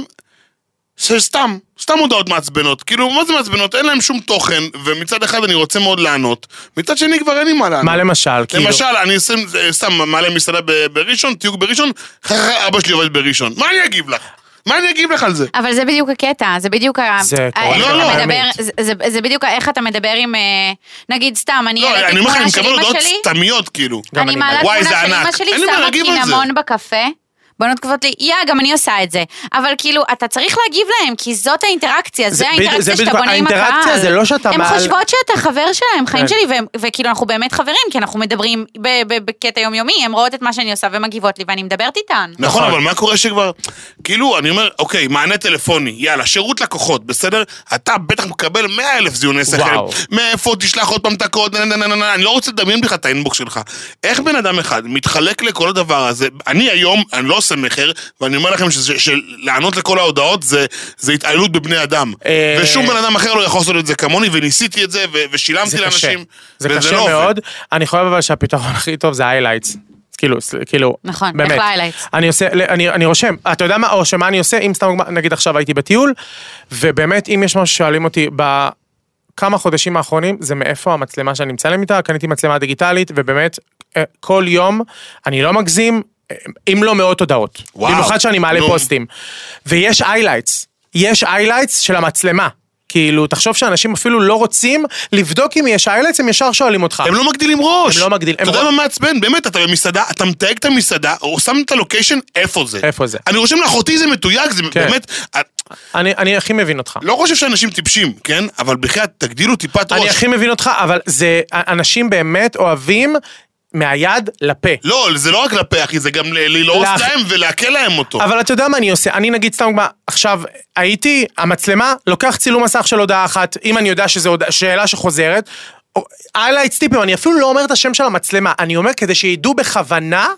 Speaker 2: שסתם, סתם הודעות מעצבנות. כאילו, מה זה מעצבנות? אין להם שום תוכן, ומצד אחד אני רוצה מאוד לענות, מצד שני כבר אין לי מה לענות.
Speaker 4: מה למשל? כאילו-
Speaker 2: למשל, אני אשים- סתם מעלה מסעדה ב- בראשון, תיוג בראשון, חכה, אבא שלי עובד בראשון. מה אני אגיב לך? מה אני אגיב לך על זה?
Speaker 3: אבל זה בדיוק הקטע, זה בדיוק ה...
Speaker 4: זה
Speaker 3: ה-
Speaker 4: קורה.
Speaker 3: איך
Speaker 2: לא,
Speaker 3: אתה
Speaker 2: לא.
Speaker 3: מדבר,
Speaker 4: האמת.
Speaker 3: זה- זה- זה בדיוק ה- איך אתה מדבר עם... אה, נגיד, סתם, אני
Speaker 2: לא,
Speaker 3: העליתי
Speaker 2: אני אומר לך, אני
Speaker 3: תמונה של
Speaker 2: מקבל
Speaker 3: אימא
Speaker 2: הודעות
Speaker 3: שלי,
Speaker 2: סתמיות, כאילו.
Speaker 4: גם
Speaker 3: אני
Speaker 4: אני
Speaker 3: מעלה
Speaker 4: בעד.
Speaker 2: וואי,
Speaker 3: תמונה
Speaker 2: זה
Speaker 3: של
Speaker 2: ענק.
Speaker 3: אימא שלי,
Speaker 2: אין לי מה
Speaker 3: שמה
Speaker 2: להגיב על זה.
Speaker 3: קינמון בקפה. בנות כותבות לי, יא, גם אני עושה את זה. אבל כאילו, אתה צריך להגיב להם, כי זאת האינטראקציה,
Speaker 4: זה
Speaker 3: זה
Speaker 4: בדיוק- זה
Speaker 3: האינטראקציה שאתה
Speaker 4: בדיוק-
Speaker 3: בונה עם הקהל.
Speaker 4: האינטראקציה זה לא שאתה
Speaker 3: הם
Speaker 4: מעל-
Speaker 3: חושבות שאתה חבר שלהם, חיים
Speaker 4: כן.
Speaker 3: שלי, והם- וכאילו, אנחנו באמת חברים, כי אנחנו מדברים ב- ב- בקטע יומיומי, הן רואות את מה שאני עושה ומגיבות לי, ואני מדברת איתן.
Speaker 2: נכון,
Speaker 4: נכון.
Speaker 2: אבל מה קורה שכבר... כאילו, אני אומר, אוקיי, מענה טלפוני, יאללה, שירות לקוחות, בסדר? אתה בטח מקבל 100 אלף זיוני שכל.
Speaker 4: וואו.
Speaker 2: מאיפה תשלח עוד פעם את הקוד, נה, נה, נה, נה, נה, אני לא רוצה לדמיין בכלל את האינבוקס שלך. איך בן אדם אחד מתחלק לכל הדבר הזה? אני היום, אני לא עושה מכר, ואני אומר לכם שזה- שלענות לכל ההודעות זה- זה התעללות בבני אדם.
Speaker 4: אה,
Speaker 2: ושום בן אדם אחר לא יכול לעשות את זה כמוני, וניסיתי את זה, ו- ושילמתי
Speaker 4: זה קשה.
Speaker 2: לאנשים.
Speaker 4: זה
Speaker 2: וזה
Speaker 4: קשה
Speaker 2: לא עובד.
Speaker 4: מאוד. אני חושב אבל שהפתרון הכי טוב זה היילייטס. כאילו, ס- כאילו,
Speaker 3: נכון, איך
Speaker 4: באמת.
Speaker 3: ב-highlights?
Speaker 4: אני עושה, ל- אני, אני רושם, אתה יודע מה, או שמה אני עושה, אם סתם, דוגמה, נגיד עכשיו הייתי בטיול, ובאמת, אם יש משהו ששואלים אותי בכמה חודשים האחרונים, זה מאיפה המצלמה שאני מצלם איתה, קניתי מצלמה דיגיטלית, ובאמת, אה, כל יום, אני לא מגזים, אה, אם לא מאות הודעות.
Speaker 2: וואו.
Speaker 4: במיוחד שאני מעלה
Speaker 2: נו.
Speaker 4: פוסטים. ויש איילייטס, יש איילייטס של המצלמה. כאילו, תחשוב שאנשים אפילו לא רוצים לבדוק אם יש איילייטס, הם ישר שואלים אותך.
Speaker 2: הם לא מגדילים ראש.
Speaker 4: הם לא מגדיל-
Speaker 2: אתה
Speaker 4: הם
Speaker 2: יודע
Speaker 4: רוא-
Speaker 2: מה מעצבן? באמת, אתה במסעדה, אתה מתייג את המסעדה, או שם את הלוקיישן, איפה זה?
Speaker 4: איפה זה?
Speaker 2: אני רושם לאחותי זה מתויג, זה
Speaker 4: כן.
Speaker 2: באמת... אה,
Speaker 4: אני, אני הכי מבין אותך.
Speaker 2: לא חושב שאנשים טיפשים, כן? אבל בחייאת, תגדילו טיפת
Speaker 4: אני
Speaker 2: ראש.
Speaker 4: הכי מבין אותך, אבל זה, אנשים באמת אוהבים מהיד לפה.
Speaker 2: לא, זה לא רק לפה, אחי, זה גם ל- ללעוס
Speaker 4: לך-
Speaker 2: להם ולעכל להם אותו.
Speaker 4: אבל אתה יודע מה אני עושה? אני נגיד סתם דוגמה, עכשיו הייתי, המצלמה, לוקח צילום מסך של הודעה אחת, אם אני יודע שזו הודעה- שאלה שחוזרת. איילייטס טיפים, אני אפילו לא אומר את השם של המצלמה, אני אומר כדי שידעו בכוונה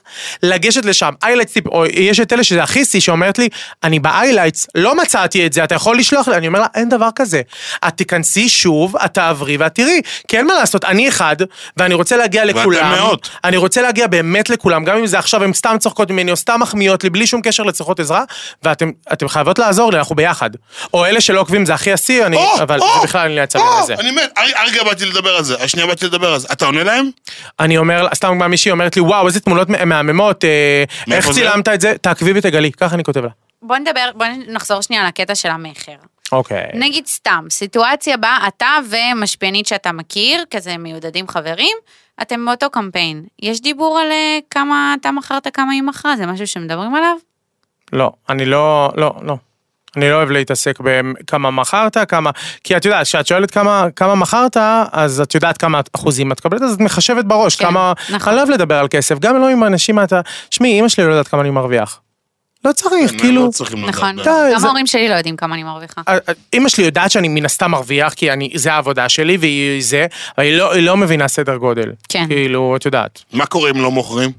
Speaker 4: לגשת לשם. איילייטס טיפים, או יש את אלה שזה הכי שיא שאומרת לי, אני באיילייטס, לא מצאתי את זה, אתה יכול לשלוח לי, אני אומר לה, אין דבר כזה. את תיכנסי שוב, את תעברי ואת תראי, כי אין מה לעשות, אני אחד, ואני רוצה להגיע
Speaker 2: ואתם
Speaker 4: לכולם.
Speaker 2: מאות.
Speaker 4: אני רוצה להגיע באמת לכולם, גם אם זה עכשיו הם סתם צוחקות ממני או סתם מחמיאות לי, בלי שום קשר לצורכות עזרה, ואתם אתם חייבות לעזור לי, אנחנו ביחד. או אלה שלא עוקבים, זה הכי השיא, אני,
Speaker 2: או,
Speaker 4: אבל
Speaker 2: או,
Speaker 4: זה בכלל אני לא יצא לי
Speaker 2: או,
Speaker 4: מזה.
Speaker 2: אני מת, הר- הרגע באתי לדבר על זה, השנייה באתי לדבר על זה. אתה עונה להם?
Speaker 4: אני אומר, סתם דוגמה מישהי אומרת לי, וואו, איזה תמונות מה- מהממות, אה,
Speaker 2: מאיפה
Speaker 4: איך
Speaker 2: זה?
Speaker 4: צילמת את זה? תעקבי ותגלי, ככה אני כותב לה.
Speaker 3: בוא נדבר, בוא נחזור שנייה לקטע של המכר.
Speaker 4: אוקיי.
Speaker 2: כן.
Speaker 3: נגיד סתם, סיטואציה בה אתה ומשפיענית שאתה מכיר, כזה מיודדים חברים, אתם באותו קמפיין. יש דיבור על אה, כמה אתה מכרת, כמה היא מכרה, זה משהו שמדברים עליו?
Speaker 4: לא, אני לא, לא, לא. אני לא אוהב להתעסק בכמה מכרת, כמה... כי את יודעת, כשאת שואלת כמה, כמה מכרת, אז את יודעת כמה אחוזים את מקבלת, אז את מחשבת בראש
Speaker 3: כן,
Speaker 4: כמה...
Speaker 3: נכון.
Speaker 4: אני לא אוהב לדבר על כסף, גם לא עם אנשים אתה... שמי, אימא שלי לא יודעת כמה אני מרוויח. לא צריך,
Speaker 2: הם
Speaker 4: כאילו...
Speaker 2: לא צריכים לדעת.
Speaker 3: נכון.
Speaker 4: די,
Speaker 3: גם
Speaker 4: זה- אה,
Speaker 3: ההורים שלי לא יודעים כמה אני מרוויחה.
Speaker 4: אימא שלי יודעת שאני מן הסתם מרוויח, כי אני, זה העבודה שלי והיא זה, אבל היא לא, היא לא מבינה סדר גודל.
Speaker 3: כן.
Speaker 4: כאילו, את יודעת.
Speaker 2: מה קורה אם לא מוכרים?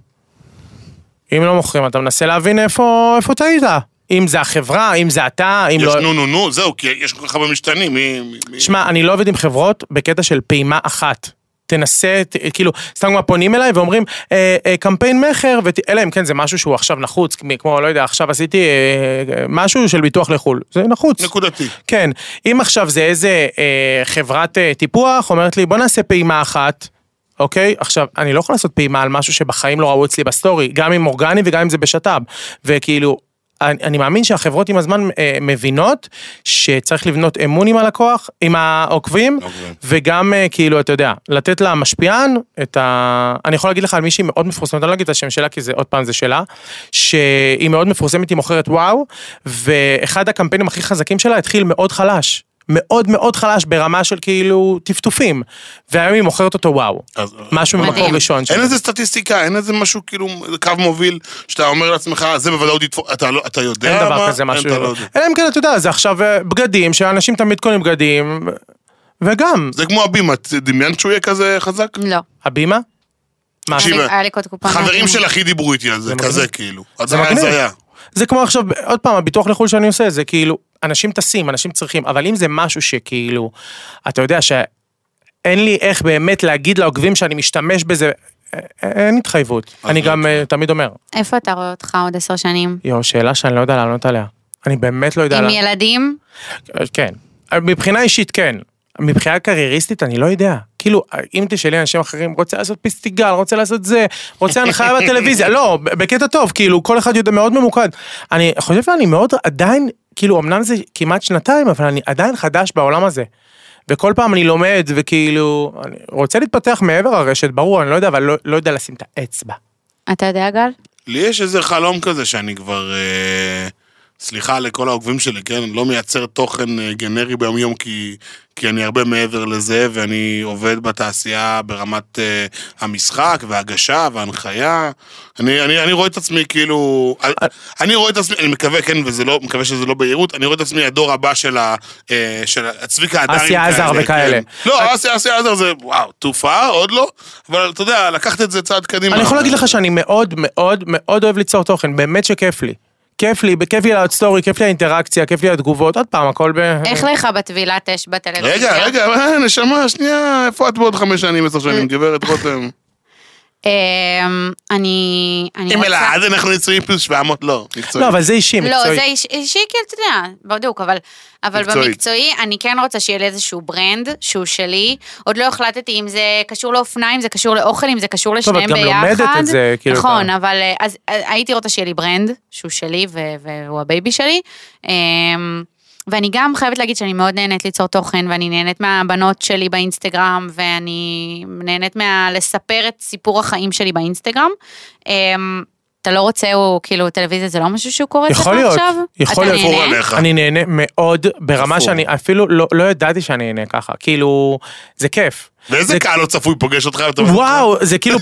Speaker 4: אם לא מוכרים, אתה מנסה להבין איפה, איפה טעית. אם זה החברה, אם זה אתה, אם
Speaker 2: יש
Speaker 4: לא...
Speaker 2: נו נו נו, זהו, כי יש כל כך הרבה משתנים. מי- מי- מי-
Speaker 4: שמע, אני לא עובד עם חברות בקטע של פעימה אחת. תנסה, ת, כאילו, סתם כבר פונים אליי ואומרים, אה, אה, קמפיין מכר, ות- אלא אם כן זה משהו שהוא עכשיו נחוץ, כמו- כמו, לא יודע, עכשיו עשיתי אה, אה, משהו של ביטוח לחו"ל, זה נחוץ.
Speaker 2: נקודתי.
Speaker 4: כן, אם עכשיו זה איזה אה, חברת אה, טיפוח, אומרת לי, בוא נעשה פעימה אחת. אוקיי? עכשיו, אני לא יכול לעשות פעימה על משהו שבחיים לא ראו אצלי בסטורי, גם אם אורגני וגם אם זה בשת"פ. וכאילו, אני, אני מאמין שהחברות עם הזמן אה, מבינות שצריך לבנות אמון עם הלקוח, עם העוקבים,
Speaker 2: אוקיי.
Speaker 4: וגם אה, כאילו, אתה יודע, לתת למשפיען את ה... אני יכול להגיד לך על מישהי מאוד מפורסמת, אני לא אגיד את השם שלה, כי זה עוד פעם זה שלה, שהיא מאוד מפורסמת, היא מוכרת וואו, ואחד הקמפיינים הכי חזקים שלה התחיל מאוד חלש. מאוד מאוד חלש ברמה של כאילו טפטופים, והיום היא מוכרת אותו וואו.
Speaker 2: אז-
Speaker 4: משהו
Speaker 3: מדהים.
Speaker 4: ממקור ראשון שלה.
Speaker 2: אין איזה סטטיסטיקה, אין איזה משהו כאילו, קו מוביל, שאתה אומר לעצמך, זה בוודאות יתפוס, אתה לא, אתה יודע
Speaker 4: אין
Speaker 2: מה?
Speaker 4: דבר כזה משהו.
Speaker 2: אתה לא יודע.
Speaker 4: אלא אם כן, אתה יודע, זה עכשיו אה, בגדים, שאנשים תמיד קונים בגדים, וגם,
Speaker 2: זה כמו הבימה, את דמיינת שהוא יהיה כזה חזק?
Speaker 3: לא.
Speaker 4: הבימה? מה,
Speaker 2: תקשיב,
Speaker 3: היה לי קוד קופון
Speaker 2: חברים
Speaker 3: מדהים.
Speaker 2: שלך הכי דיברו איתי על זה,
Speaker 4: זה
Speaker 2: כזה
Speaker 4: מגניב.
Speaker 2: כאילו.
Speaker 4: זה מגניב.
Speaker 2: הזיה.
Speaker 4: זה כמו עכשיו, עוד פעם, הביטוח לחו"ל שאני עושה, זה כאילו, אנשים טסים, אנשים צריכים, אבל אם זה משהו שכאילו, אתה יודע שאין לי איך באמת להגיד לעוקבים שאני משתמש בזה, א- א- אין התחייבות. אני
Speaker 2: לא
Speaker 4: גם אה, תמיד אומר,
Speaker 3: איפה אתה רואה אותך עוד עשר שנים?
Speaker 4: יואו, שאלה שאני לא יודע לענות עליה. אני באמת לא יודע
Speaker 3: עם
Speaker 4: לענות.
Speaker 3: ילדים?
Speaker 4: כן. מבחינה אישית כן. מבחינה קרייריסטית אני לא יודע. כאילו, אם תשאלי אנשים אחרים, רוצה לעשות פסטיגל, רוצה לעשות זה, רוצה הנחיה בטלוויזיה, לא, בקטע טוב, כאילו, כל אחד יודע מאוד ממוקד. אני חושב שאני מאוד עדיין, כאילו, אמנם זה כמעט שנתיים, אבל אני עדיין חדש בעולם הזה. וכל פעם אני לומד, וכאילו, אני רוצה להתפתח מעבר הרשת, ברור, אני לא יודע, אבל לא, לא יודע לשים את האצבע.
Speaker 3: אתה יודע, גל?
Speaker 2: לי יש איזה חלום כזה שאני כבר... אה, סליחה לכל העוקבים שלי, כן? אני לא מייצר תוכן אה, גנרי ביום-יום כי, כי אני הרבה מעבר לזה, ואני עובד בתעשייה ברמת אה, המשחק וההגשה וההנחיה. אני, אני, אני רואה את עצמי כאילו...
Speaker 4: אה.
Speaker 2: אני, אני רואה את עצמי, אני מקווה, כן, וזה לא, מקווה שזה לא בהירות, אני רואה את עצמי הדור הבא של, ה, אה, של ה- צביקה הדרים.
Speaker 4: אסי עזר
Speaker 2: כאלה,
Speaker 4: וכאלה. אה.
Speaker 2: כן. לא, אסי אסי עזר זה, וואו, תופעה, עוד לא, אבל אתה יודע, לקחת את זה צעד קדימה.
Speaker 4: אני יכול להגיד לך שאני מאוד מאוד מאוד אוהב ליצור תוכן, באמת שכיף לי. כיף לי, כיף לי לעוד סטורי, כיף לי האינטראקציה, כיף לי התגובות, עוד פעם, הכל ב...
Speaker 3: איך לך בטבילת אש בטלוויזיה?
Speaker 2: רגע, רגע, אה, נשמה, שנייה, איפה את בעוד חמש שנים, עשר
Speaker 3: אה,
Speaker 2: שנים, גברת רותם?
Speaker 3: אמ, אני... אני
Speaker 2: עם
Speaker 3: רוצה-
Speaker 2: אלעד אנחנו נצויים פלוס 700, לא, מקצועי.
Speaker 4: לא, אבל זה אישי,
Speaker 3: לא,
Speaker 4: מקצועי.
Speaker 3: זה איש- אישי, כאילו, אתה יודע, בדיוק, אבל, אבל
Speaker 2: מקצועית.
Speaker 3: במקצועי, אני כן רוצה שיהיה לי איזשהו ברנד שהוא שלי. עוד לא החלטתי אם זה קשור לאופניים, זה קשור לאוכל, אם זה קשור
Speaker 4: את
Speaker 3: לשניהם
Speaker 4: גם
Speaker 3: ביחד.
Speaker 4: לומדת את זה, כאילו,
Speaker 3: נכון,
Speaker 4: אתה-
Speaker 3: אבל אה, אז אה, הייתי רוצה שיהיה לי ברנד שהוא שלי ו- והוא הבייבי שלי. אמ, ואני גם חייבת להגיד שאני מאוד נהנית ליצור תוכן, ואני נהנית מהבנות שלי באינסטגרם, ואני נהנית מה... לספר את סיפור החיים שלי באינסטגרם. אמ, אתה לא רוצה, הוא כאילו, טלוויזיה זה לא משהו שהוא קורא אצלך
Speaker 4: יכול להיות,
Speaker 3: עכשיו?
Speaker 4: יכול
Speaker 3: אתה
Speaker 4: להיות.
Speaker 2: עבור
Speaker 3: נהנה?
Speaker 2: עליך.
Speaker 4: אני נהנה מאוד, ברמה
Speaker 2: אפור.
Speaker 4: שאני אפילו לא לא ידעתי שאני אהנה ככה, כאילו, זה כיף.
Speaker 2: ואיזה
Speaker 4: זה-
Speaker 2: קהל לא צפוי פוגש אותך יותר?
Speaker 4: וואו, זה כאילו...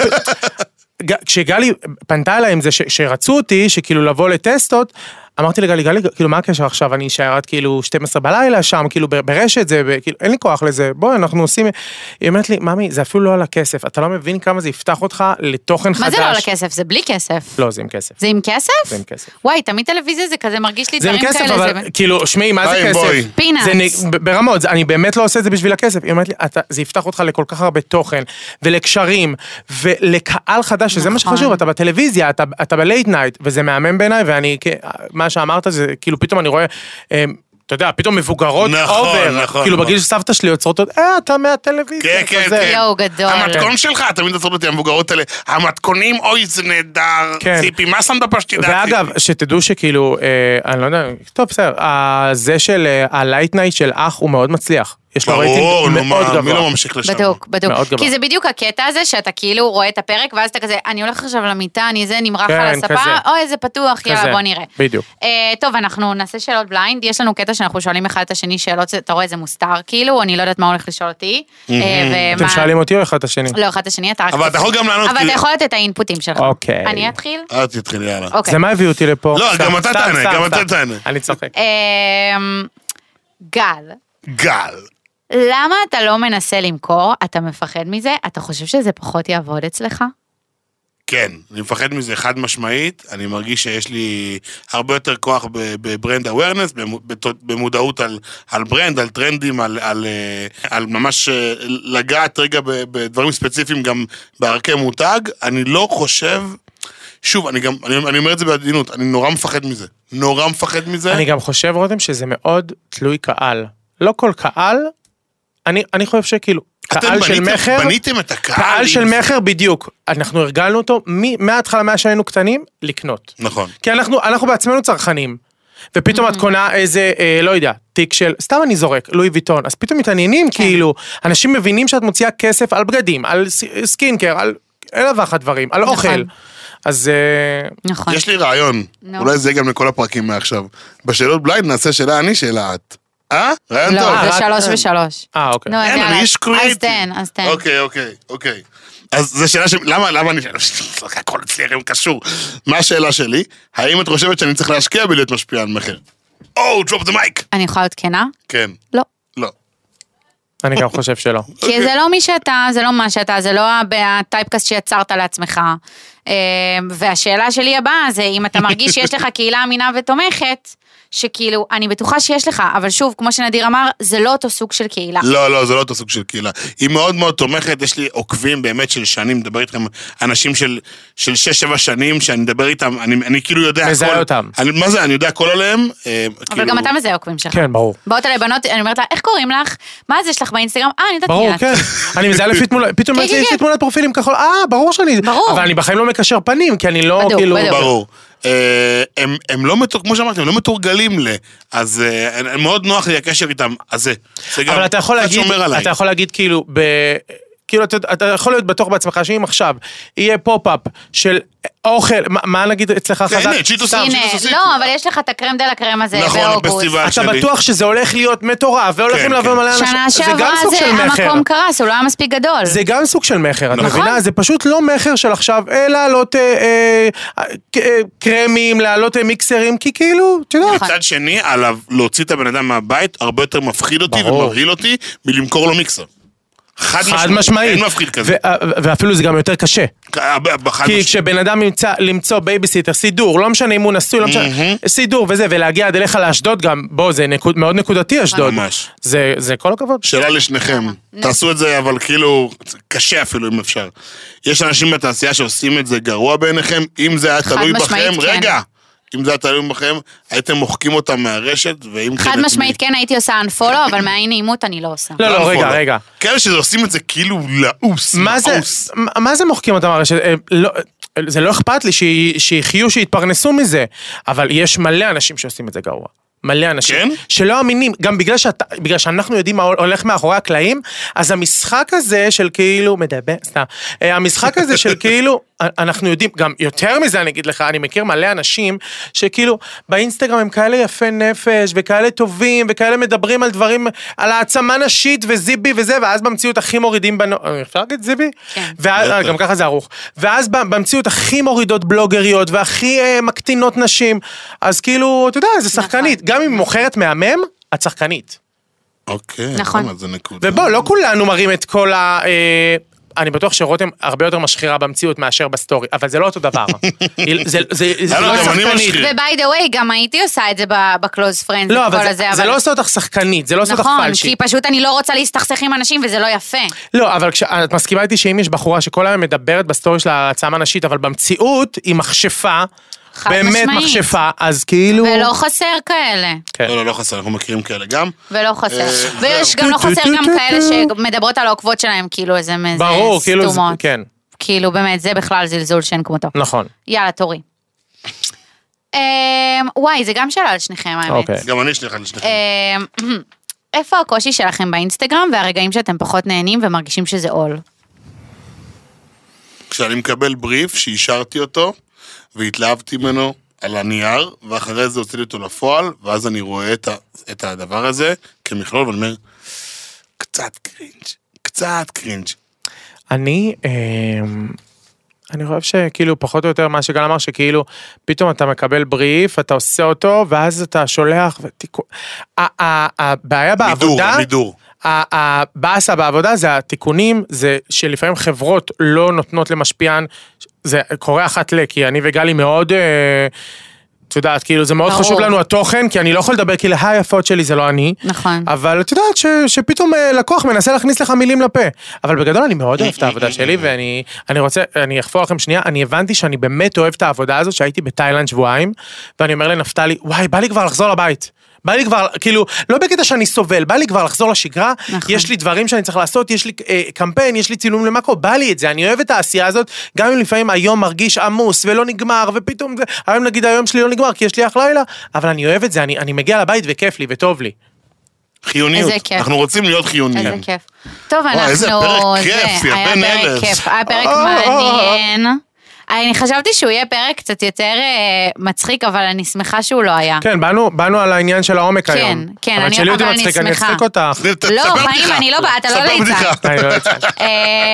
Speaker 4: ג- כשגלי פנתה אליי עם זה, ש- שרצו אותי, שכאילו לבוא לטסטות, אמרתי לגלי, גלי, כאילו מה הקשר עכשיו, אני אשאר עד כאילו 12 בלילה שם, כאילו ב- ברשת, זה, ב- כאילו אין לי כוח לזה, בואי, אנחנו עושים... היא אומרת לי, ממי, זה אפילו לא על הכסף, אתה לא מבין כמה זה יפתח אותך לתוכן חדש.
Speaker 3: מה זה לא על הכסף? זה בלי כסף.
Speaker 4: לא, זה עם כסף.
Speaker 3: זה עם כסף?
Speaker 4: זה עם כסף.
Speaker 3: וואי, תמיד טלוויזיה זה כזה מרגיש לי
Speaker 4: זה עם
Speaker 3: דברים
Speaker 4: כסף,
Speaker 3: כאלה.
Speaker 4: אבל
Speaker 3: זה-
Speaker 4: כאילו, שמעי, מה זה
Speaker 2: בואי,
Speaker 4: כסף?
Speaker 2: בואי.
Speaker 3: Peanuts.
Speaker 4: זה נ- ב- ברמות, זה- אני באמת לא עושה את זה בשביל הכסף. היא אומרת לי, "אתה- זה יפתח אותך לכל כך הרבה תוכן, ולקשרים, ולקהל חדש, שזה מה
Speaker 3: נכון.
Speaker 4: שחשוב, אתה בטלוויזיה, אתה- אתה בלייט נייט, וזה מהמם בעיניי, ואני, כ- מה שאמרת זה, כאילו, פתאום אני רואה... אה, אתה יודע, פתאום מבוגרות
Speaker 2: נכון,
Speaker 4: אובר,
Speaker 2: נכון,
Speaker 4: כאילו
Speaker 2: נכון.
Speaker 4: בגיל שסבתא שלי יוצרות עוד, אה, אתה מהטלוויזיה,
Speaker 2: כן, כן,
Speaker 4: כזה."
Speaker 2: כן.
Speaker 3: יואו, גדול.
Speaker 2: המתכון שלך, תמיד עצרות אותי המבוגרות האלה. המתכונים, אוי, זה נהדר.
Speaker 4: כן.
Speaker 2: ציפי, מה שמת בשתידה?
Speaker 4: ואגב,
Speaker 2: ציפי?"
Speaker 4: שתדעו שכאילו, אה, אני לא יודע, טוב, בסדר, ה- זה של אה, הלייט נייט של אח הוא מאוד מצליח. יש לו לא, רייטינג
Speaker 2: ברור, נו
Speaker 4: מאוד
Speaker 2: מה, מי
Speaker 4: גבוה.
Speaker 2: לא ממשיך לשם?
Speaker 3: בדוק, בדוק.
Speaker 4: מאוד גבוה.
Speaker 3: כי זה בדיוק הקטע הזה שאתה כאילו רואה את הפרק, ואז אתה כזה, אני הולך עכשיו למיטה, אני זה נמרח
Speaker 4: כן,
Speaker 3: על הספה,
Speaker 4: כזה.
Speaker 3: אוי, זה פתוח, יאללה,
Speaker 4: כזה.
Speaker 3: בוא נראה.
Speaker 4: בדיוק.
Speaker 3: אה, טוב, אנחנו נעשה שאלות בליינד, יש לנו קטע שאנחנו שואלים אחד את השני שאלות, אתה רואה, זה מוסתר כאילו, אני לא יודעת מה הולך לשאול אותי. אה,
Speaker 4: אתם
Speaker 3: ומה-
Speaker 4: שואלים אותי או אחד את השני?
Speaker 3: לא, אחד את השני, אתה רק...
Speaker 2: אבל אתה יכול גם לענות,
Speaker 3: אבל
Speaker 2: כי-
Speaker 3: אתה יכול לתת את האינפוטים שלך.
Speaker 4: אוקיי.
Speaker 3: לא. אני אתחיל?
Speaker 2: אה, תתחיל, יאללה.
Speaker 3: אוקיי.
Speaker 4: זה מה הביא אותי לפה?
Speaker 2: לא,
Speaker 4: סתם,
Speaker 2: גם אתה
Speaker 4: סתם,
Speaker 2: תענה,
Speaker 4: סתם,
Speaker 2: גם
Speaker 4: סתם.
Speaker 2: אתה תענה.
Speaker 4: אני צוחק.
Speaker 3: אמ, גל,
Speaker 2: גל.
Speaker 3: למה אתה לא מנסה למכור? אתה מפחד מזה? אתה חושב שזה פחות יעבוד אצלך?
Speaker 2: כן, אני מפחד מזה חד משמעית, אני מרגיש שיש לי הרבה יותר כוח ב- בברנד אווירנס, במודעות על, על ברנד, על טרנדים, על, על, אה, על ממש אה, לגעת רגע ב- בדברים ספציפיים גם בערכי מותג, אני לא חושב, שוב, אני גם, אני, אני אומר את זה בעדינות, אני נורא מפחד מזה, נורא מפחד מזה.
Speaker 4: אני גם חושב, רותם, שזה מאוד תלוי קהל. לא כל קהל, אני אני חושב שכאילו, קהל של
Speaker 2: בניתם-
Speaker 4: מכר,
Speaker 2: בניתם את הקהל.
Speaker 4: קהל
Speaker 2: עם
Speaker 4: של
Speaker 2: זה.
Speaker 4: מכר בדיוק. אנחנו הרגלנו אותו מ- מההתחלה, מאז שהיינו קטנים, לקנות.
Speaker 2: נכון.
Speaker 4: כי אנחנו, אנחנו בעצמנו צרכנים. ופתאום
Speaker 3: Mm-hmm.
Speaker 4: את קונה איזה, אה, לא יודע, תיק של, סתם אני זורק, לואי ויטון. אז פתאום מתעניינים,
Speaker 3: כן.
Speaker 4: כאילו, אנשים מבינים שאת מוציאה כסף על בגדים, על ס- סקינקר, על אלף ואחת דברים, על
Speaker 3: נכון.
Speaker 4: אוכל. אז אה,
Speaker 3: נכון.
Speaker 2: יש לי רעיון,
Speaker 3: נו.
Speaker 2: אולי זה יהיה גם לכל הפרקים מעכשיו. בשאלות בליינד נעשה שאלה אני, שאלה את. אה? רעיון טוב. כן.
Speaker 3: לא, זה
Speaker 4: רק-
Speaker 3: שלוש ושלוש.
Speaker 4: אה, אוקיי.
Speaker 3: נו, אז
Speaker 2: אין,
Speaker 3: יאללה,
Speaker 2: אני איש קריטי.
Speaker 3: אז תן, אז תן.
Speaker 2: אוקיי, אוקיי, אוקיי. אז זו שאלה ש... למה, למה אני... הכל אצלי הרי קשור. מה השאלה שלי? האם את חושבת שאני צריך להשקיע בלהיות Oh, משפיען מכר? או, דרופ דה מייק!
Speaker 3: אני יכולה להיות כנה?
Speaker 2: כן.
Speaker 3: לא.
Speaker 2: לא.
Speaker 4: אני גם חושב שלא.
Speaker 2: אוקיי.
Speaker 3: כי זה לא מי שאתה, זה לא מה שאתה, זה לא הב- הטייפקאסט שיצרת לעצמך. אה, והשאלה שלי הבאה זה אם אתה מרגיש שיש לך קהילה אמינה ותומכת, שכאילו, אני בטוחה שיש לך, אבל שוב, כמו שנדיר אמר, זה לא אותו סוג של קהילה.
Speaker 2: לא, לא, זה לא אותו סוג של קהילה. היא מאוד מאוד תומכת, יש לי עוקבים באמת של שנים, מדבר איתכם, אנשים של, של שש-שבע שנים, שאני מדבר איתם, אני, אני כאילו יודע
Speaker 4: מזהה
Speaker 2: הכל.
Speaker 4: אותם.
Speaker 2: אני, מה זה, אני יודע הכל עליהם. אה,
Speaker 3: אבל גם אתה מזהה עוקבים שלך.
Speaker 4: כן, ברור.
Speaker 3: באות אליי בנות, אני אומרת לה, איך קוראים לך? מה זה יש לך באינסטגרם? אה, אני יודעת מי
Speaker 4: ברור,
Speaker 3: את.
Speaker 4: כן. אני מזהה לפי תמונה, פתאום
Speaker 3: כן,
Speaker 4: יש לי-
Speaker 3: כן,
Speaker 4: יש
Speaker 3: כן.
Speaker 4: לי תמונת פרופילים כחול, אה, ברור שאני...
Speaker 3: ברור.
Speaker 4: אבל אני בחיים לא מקשר פנים, כי אני לא,
Speaker 3: בדיוק,
Speaker 4: כאילו...
Speaker 3: בדיוק.
Speaker 2: ברור. אה, הם, הם לא, מתור- כמו שאמרתי, הם לא מתורגלים ל... אז אה, הם- הם מאוד נוח לי הקשר איתם, אז זה. זה גם
Speaker 4: אבל אתה יכול
Speaker 2: קצת
Speaker 4: להגיד,
Speaker 2: שומר עליי.
Speaker 4: אתה יכול להגיד כאילו, ב... כאילו אתה, אתה יכול להיות בטוח בעצמך שאם עכשיו יהיה פופ-אפ של אוכל, מה, מה נגיד אצלך
Speaker 2: תהנה,
Speaker 4: חזק?
Speaker 2: צ'יטוס
Speaker 4: סתם,
Speaker 2: סאונד.
Speaker 3: הנה,
Speaker 2: שזה עושה-
Speaker 3: לא, אבל יש לך את הקרם דה לה קרם הזה
Speaker 2: נכון,
Speaker 3: באוגוסט.
Speaker 2: הפסטיבל.
Speaker 4: אתה
Speaker 2: שלי.
Speaker 4: בטוח שזה הולך להיות מטורף, והולכים
Speaker 2: כן,
Speaker 4: לבוא
Speaker 2: כן.
Speaker 4: מלא אנשים.
Speaker 3: שנה
Speaker 4: זה גם
Speaker 3: שעברה
Speaker 4: סוג
Speaker 3: זה
Speaker 4: של מכר.
Speaker 3: המקום קרס, הוא לא היה מספיק גדול.
Speaker 4: זה גם סוג של מכר, את
Speaker 2: נכון.
Speaker 4: מבינה? זה פשוט לא מכר של עכשיו, אה, להעלות אה, אה, אה, קרמים, להעלות אה, מיקסרים, כי כאילו, את יודעת,
Speaker 3: נכון.
Speaker 2: מצד שני, עליו להוציא את הבן אדם מהבית, הרבה יותר מפחיד אותי
Speaker 4: ברור.
Speaker 2: ומבהיל אותי מלמכור לו מיקסר. חד,
Speaker 3: נכון.
Speaker 4: חד משמעית.
Speaker 2: אין מפחיד כזה. אה,
Speaker 4: ו- אה, ואפילו זה גם יותר קשה.
Speaker 2: ב- חד
Speaker 4: כי
Speaker 2: משמעית.
Speaker 4: כשבן אדם ימצא, למצוא בייביסיטר, סידור, לא משנה אם הוא נשוי, לא משנה,
Speaker 2: מהמם.
Speaker 4: סידור וזה, ולהגיע עד אליך לאשדוד גם, בוא, זה נקוד, מאוד נקודתי אשדוד.
Speaker 2: ממש.
Speaker 4: זה, זה כל הכבוד.
Speaker 2: שאלה לשניכם, תעשו את זה אבל כאילו, קשה אפילו אם אפשר. יש אנשים בתעשייה שעושים את זה גרוע בעיניכם, אם זה היה תלוי
Speaker 3: משמעית,
Speaker 2: בכם,
Speaker 3: כן.
Speaker 2: רגע, אם זה היה תלוי בכם, הייתם מוחקים אותם מהרשת, ואם
Speaker 3: חד
Speaker 2: כן, את
Speaker 3: משמעית
Speaker 2: מי?
Speaker 3: כן הייתי עושה unfollow, אבל מהאי נעימות אני לא עושה.
Speaker 4: כאילו- לא, לא, רגע,
Speaker 2: follow.
Speaker 4: רגע.
Speaker 2: כאלה שעושים את זה כאילו לעוס,
Speaker 4: מה זה,
Speaker 2: לעוס.
Speaker 4: מה- מה זה מוחקים אותם הרשת? אה, לא, אה, זה לא אכפת לי שי- שיחיו, שיתפרנסו מזה, אבל יש מלא אנשים שעושים את זה גרוע. מלא אנשים.
Speaker 2: כן?
Speaker 4: שלא אמינים, גם בגלל, שאת, בגלל שאנחנו יודעים מה הולך מאחורי הקלעים, אז המשחק הזה של כאילו, מדבר, סתם, אה, המשחק הזה של כאילו, א- אנחנו יודעים, גם יותר מזה אני אגיד לך, אני מכיר מלא אנשים שכאילו, באינסטגרם הם כאלה יפי נפש, וכאלה טובים, וכאלה מדברים על דברים, על העצמה נשית וזיבי וזה, ואז במציאות הכי מורידים בנות, אפשר להגיד זיבי?
Speaker 3: כן.
Speaker 4: ואז,
Speaker 2: בטח.
Speaker 4: גם ככה זה ארוך. ואז ב- במציאות הכי מורידות בלוגריות והכי אה, מקטינות נשים, אז כאילו, אתה יודע, זה שחקנית.
Speaker 2: נכון.
Speaker 4: גם אם היא מוכרת מהמם, את שחקנית.
Speaker 2: אוקיי,
Speaker 3: נכון.
Speaker 2: נכון, זה נקודה.
Speaker 4: ובוא, לא כולנו מראים את כל ה... אה, אני בטוח שרותם הרבה יותר משחירה במציאות מאשר בסטורי, אבל זה לא אותו דבר. היא- זה- זה זה
Speaker 2: לא,
Speaker 4: לא
Speaker 2: גם אני
Speaker 4: שחקנית.
Speaker 2: משחיר.
Speaker 3: וביי דה ווי, גם הייתי עושה את זה ב- בקלוז פרנד.
Speaker 4: לא,
Speaker 3: וכל
Speaker 4: אבל זה-
Speaker 3: הזה,
Speaker 4: זה לא עושה אותך שחקנית, זה לא עושה אותך
Speaker 3: נכון, כי
Speaker 4: פלשית.
Speaker 3: פשוט אני לא רוצה להסתכסך עם אנשים וזה לא יפה.
Speaker 4: לא, אבל כש- את מסכימה איתי שאם יש בחורה שכל היום מדברת בסטורי שלה על העצמה נשית, אבל במציאות היא מכשפה,
Speaker 3: חד
Speaker 4: באמת
Speaker 3: משמעית.
Speaker 4: מכשפה, אז כאילו...
Speaker 3: ולא חסר כאלה.
Speaker 4: כן.
Speaker 2: לא, לא, לא חסר, אנחנו מכירים כאלה גם.
Speaker 3: ולא
Speaker 2: אה,
Speaker 3: חסר.
Speaker 2: זהו.
Speaker 3: ויש גם לא
Speaker 4: טו, טו,
Speaker 3: חסר
Speaker 4: טו,
Speaker 3: גם
Speaker 4: טו,
Speaker 3: כאלה
Speaker 4: טו.
Speaker 3: שמדברות על העוקבות שלהם, כאילו איזה מ- איזה
Speaker 4: ברור, כאילו, זה-
Speaker 3: סתומות.
Speaker 4: כן.
Speaker 3: כאילו, באמת, זה בכלל זלזול שאין כמותו.
Speaker 4: נכון.
Speaker 3: יאללה, תורי. אמ, וואי, זה גם שאלה לשניכם, האמת.
Speaker 4: אוקיי.
Speaker 2: גם אני יש לי אחד לשניכם.
Speaker 3: אמ, איפה הקושי שלכם באינסטגרם והרגעים שאתם פחות נהנים ומרגישים שזה עול?
Speaker 2: כשאני מקבל בריף שאישרתי אותו, והתלהבתי ממנו על הנייר, ואחרי זה הוצאתי אותו לפועל, ואז אני רואה את, ה, את הדבר הזה כמכלול, ואני אומר, קצת קרינג', קצת קרינג'.
Speaker 4: אני, אמ, אני חושב שכאילו פחות או יותר מה שגל אמר שכאילו פתאום אתה מקבל בריף אתה עושה אותו ואז אתה שולח ותיקון. ה- ה- הבעיה
Speaker 2: מידור,
Speaker 4: בעבודה,
Speaker 2: מידור.
Speaker 4: ה- ה- הבאסה בעבודה זה התיקונים זה שלפעמים חברות לא נותנות למשפיען זה קורה אחת ל כי אני וגלי מאוד. אה, את יודעת, כאילו, זה מאוד
Speaker 3: ברור.
Speaker 4: חשוב לנו התוכן, כי אני לא יכול לדבר כאילו, היפות שלי זה לא אני.
Speaker 3: נכון.
Speaker 4: אבל את יודעת ש, שפתאום אה, לקוח מנסה להכניס לך מילים לפה. אבל בגדול אני מאוד אוהב את העבודה שלי, ואני אני רוצה, אני אחפור לכם שנייה, אני הבנתי שאני באמת אוהב את העבודה הזאת, שהייתי בתאילנד שבועיים, ואני אומר לנפתלי, וואי, בא לי כבר לחזור לבית. בא לי כבר, כאילו, לא בקטע שאני סובל, בא לי כבר לחזור לשגרה,
Speaker 3: נכון.
Speaker 4: יש לי דברים שאני צריך לעשות, יש לי אה, קמפיין, יש לי צילום למאקו, בא לי את זה, אני אוהב את העשייה הזאת, גם אם לפעמים היום מרגיש עמוס ולא נגמר, ופתאום, זה- היום נגיד היום שלי לא נגמר כי יש לי אח לילה, אבל אני אוהב את זה, אני, אני מגיע לבית וכיף לי וטוב לי.
Speaker 2: חיוניות.
Speaker 3: איזה כיף.
Speaker 2: אנחנו רוצים להיות חיוניים.
Speaker 3: איזה כיף. טוב,
Speaker 2: כן. וואי,
Speaker 3: אנחנו...
Speaker 2: איזה פרק
Speaker 3: זה,
Speaker 2: כיף, יא
Speaker 3: היה
Speaker 2: בן
Speaker 3: פרק
Speaker 2: ארז.
Speaker 3: כיף, היה פרק
Speaker 4: אה, אה, אה.
Speaker 3: מעניין. אני חשבתי שהוא יהיה פרק קצת יותר אה, מצחיק, אבל אני שמחה שהוא לא היה.
Speaker 4: כן, באנו, באנו על העניין של העומק
Speaker 3: כן,
Speaker 4: היום.
Speaker 3: כן,
Speaker 4: אבל
Speaker 3: אני-
Speaker 4: שלי אותי
Speaker 3: אבל אני
Speaker 4: מצחיק, אני
Speaker 3: שמחה.
Speaker 4: אצחיק אותך.
Speaker 2: ת- ת-
Speaker 3: לא,
Speaker 2: ספר
Speaker 3: חיים,
Speaker 2: בדיחה.
Speaker 3: אני לא באה, אתה לא
Speaker 2: ספר
Speaker 3: ליצן.
Speaker 2: בדיחה.
Speaker 4: אני לא אצחיק.
Speaker 2: כן.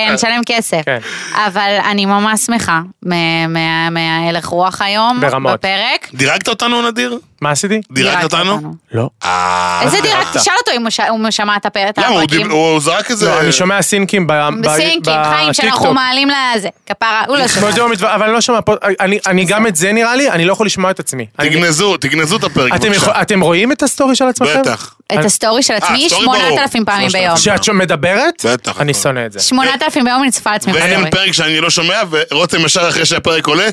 Speaker 3: אה, נשלם כסף.
Speaker 4: כן.
Speaker 3: אבל אני ממש שמחה מה- מה- מההלך רוח היום.
Speaker 4: ברמות.
Speaker 3: בפרק.
Speaker 2: דירגת אותנו, נדיר?
Speaker 4: מה עשיתי?
Speaker 2: דירקת אותנו?
Speaker 4: לא.
Speaker 2: אה,
Speaker 3: איזה דירק?
Speaker 2: אהבת.
Speaker 3: תשאל אותו אם הוא ש- הוא שמע את הפרק.
Speaker 2: למה, הוא דיב- הוא זרק איזה...
Speaker 4: לא, אני שומע סינקים ב- ב-
Speaker 3: בסינקים, חיים, שאנחנו
Speaker 4: בטיקטוק.
Speaker 3: מעלים לזה. כפרה, הוא לא
Speaker 4: כמו
Speaker 3: שומע.
Speaker 4: זה במדבר- אבל אני לא שומע פה, אני- אני גם את זה נראה לי, אני לא יכול לשמוע את עצמי. אני-
Speaker 2: תגנזו, תגנזו את הפרק,
Speaker 4: אתם
Speaker 2: בבקשה.
Speaker 4: יכול- אתם רואים את הסטורי של עצמכם?
Speaker 2: בטח.
Speaker 3: את הסטורי של עצמי
Speaker 2: הסטורי אה, ברור.
Speaker 3: 8,000 פעמים
Speaker 2: שלושת
Speaker 3: ביום.
Speaker 2: אלפים.
Speaker 4: כשאת שם- מדברת?
Speaker 2: בטח. נכון.
Speaker 4: אני שונא את זה.
Speaker 3: 8,000 ביום אני צופה על עצמי
Speaker 2: ואין פרק שאני לא שומע, ורותם ישר אחרי שהפרק עולה,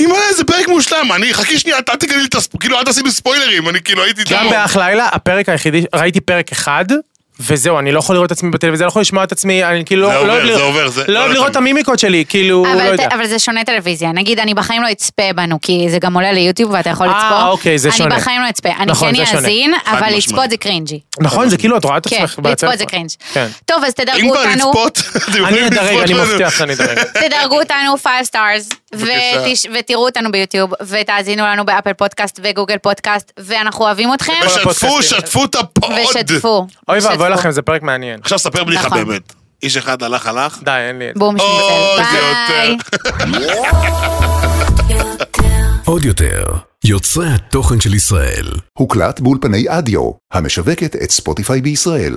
Speaker 2: אמא, איזה פרק מושלם, אני, חכי שנייה, אל תגלי לי את הספ... כאילו, אל תעשי לי ספוילרים, אני כאילו הייתי...
Speaker 4: גם
Speaker 2: איתו.
Speaker 4: באח לילה, הפרק היחידי, ראיתי פרק אחד. וזהו, אני לא יכול לראות את עצמי בטלוויזיה, לא יכול לשמוע את עצמי, אני כאילו...
Speaker 2: זה
Speaker 4: לא
Speaker 2: עובר,
Speaker 4: אוהב
Speaker 2: זה
Speaker 4: לראות-
Speaker 2: עובר, זה-
Speaker 4: לא
Speaker 2: לא
Speaker 4: אוהב
Speaker 2: יותר.
Speaker 4: לראות את המימיקות שלי, כאילו, לא
Speaker 3: אבל,
Speaker 4: יודע.
Speaker 3: ת- אבל זה שונה טלוויזיה, נגיד אני בחיים לא אצפה בנו, כי זה גם עולה ליוטיוב ואתה יכול
Speaker 4: אה,
Speaker 3: לצפות.
Speaker 4: אוקיי, זה שונה.
Speaker 3: אני בחיים לא אצפה, אני
Speaker 4: נכון,
Speaker 3: כן
Speaker 4: זה שונה.
Speaker 3: אאזין,
Speaker 2: חד
Speaker 3: אבל
Speaker 2: משמעית.
Speaker 3: לצפות זה קרינג'י.
Speaker 4: נכון, זה כאילו, את רואה את
Speaker 3: כן,
Speaker 4: עצמך
Speaker 3: לצפות זה קרינג'.
Speaker 4: כן.
Speaker 3: טוב, אז תדרגו
Speaker 2: אם כבר
Speaker 3: אותנו.
Speaker 2: לצפות, אתם
Speaker 4: אני
Speaker 2: יכולים
Speaker 4: אדרג,
Speaker 2: לצפות
Speaker 4: אני
Speaker 2: בנו.
Speaker 4: מבטיח שאני אדרג.
Speaker 3: תדרגו אותנו 5 stars,
Speaker 2: בבקשה.
Speaker 3: ותש- ותראו אותנו ביוטיוב, ותאזינו לנו באפל פודקאסט וגוגל פודקאסט, ואנחנו אוהבים אתכם,
Speaker 2: ושתפו,
Speaker 4: הפודקאסטים.
Speaker 2: שתפו את הפוד.
Speaker 3: ושתפו.
Speaker 4: אוי ואבוי
Speaker 3: שתפו.
Speaker 4: לכם, זה פרק מעניין.
Speaker 2: עכשיו ספר בדיחה
Speaker 3: נכון.
Speaker 2: באמת. איש אחד הלך הלך.
Speaker 4: די, אין לי את זה.
Speaker 3: בום,
Speaker 2: או,
Speaker 3: שניצל.
Speaker 2: זה
Speaker 3: ביי.
Speaker 2: יותר.
Speaker 1: עוד יותר, יוצרי התוכן של ישראל.
Speaker 5: הוקלט באולפני אדיו, המשווקת את ספוטיפיי בישראל.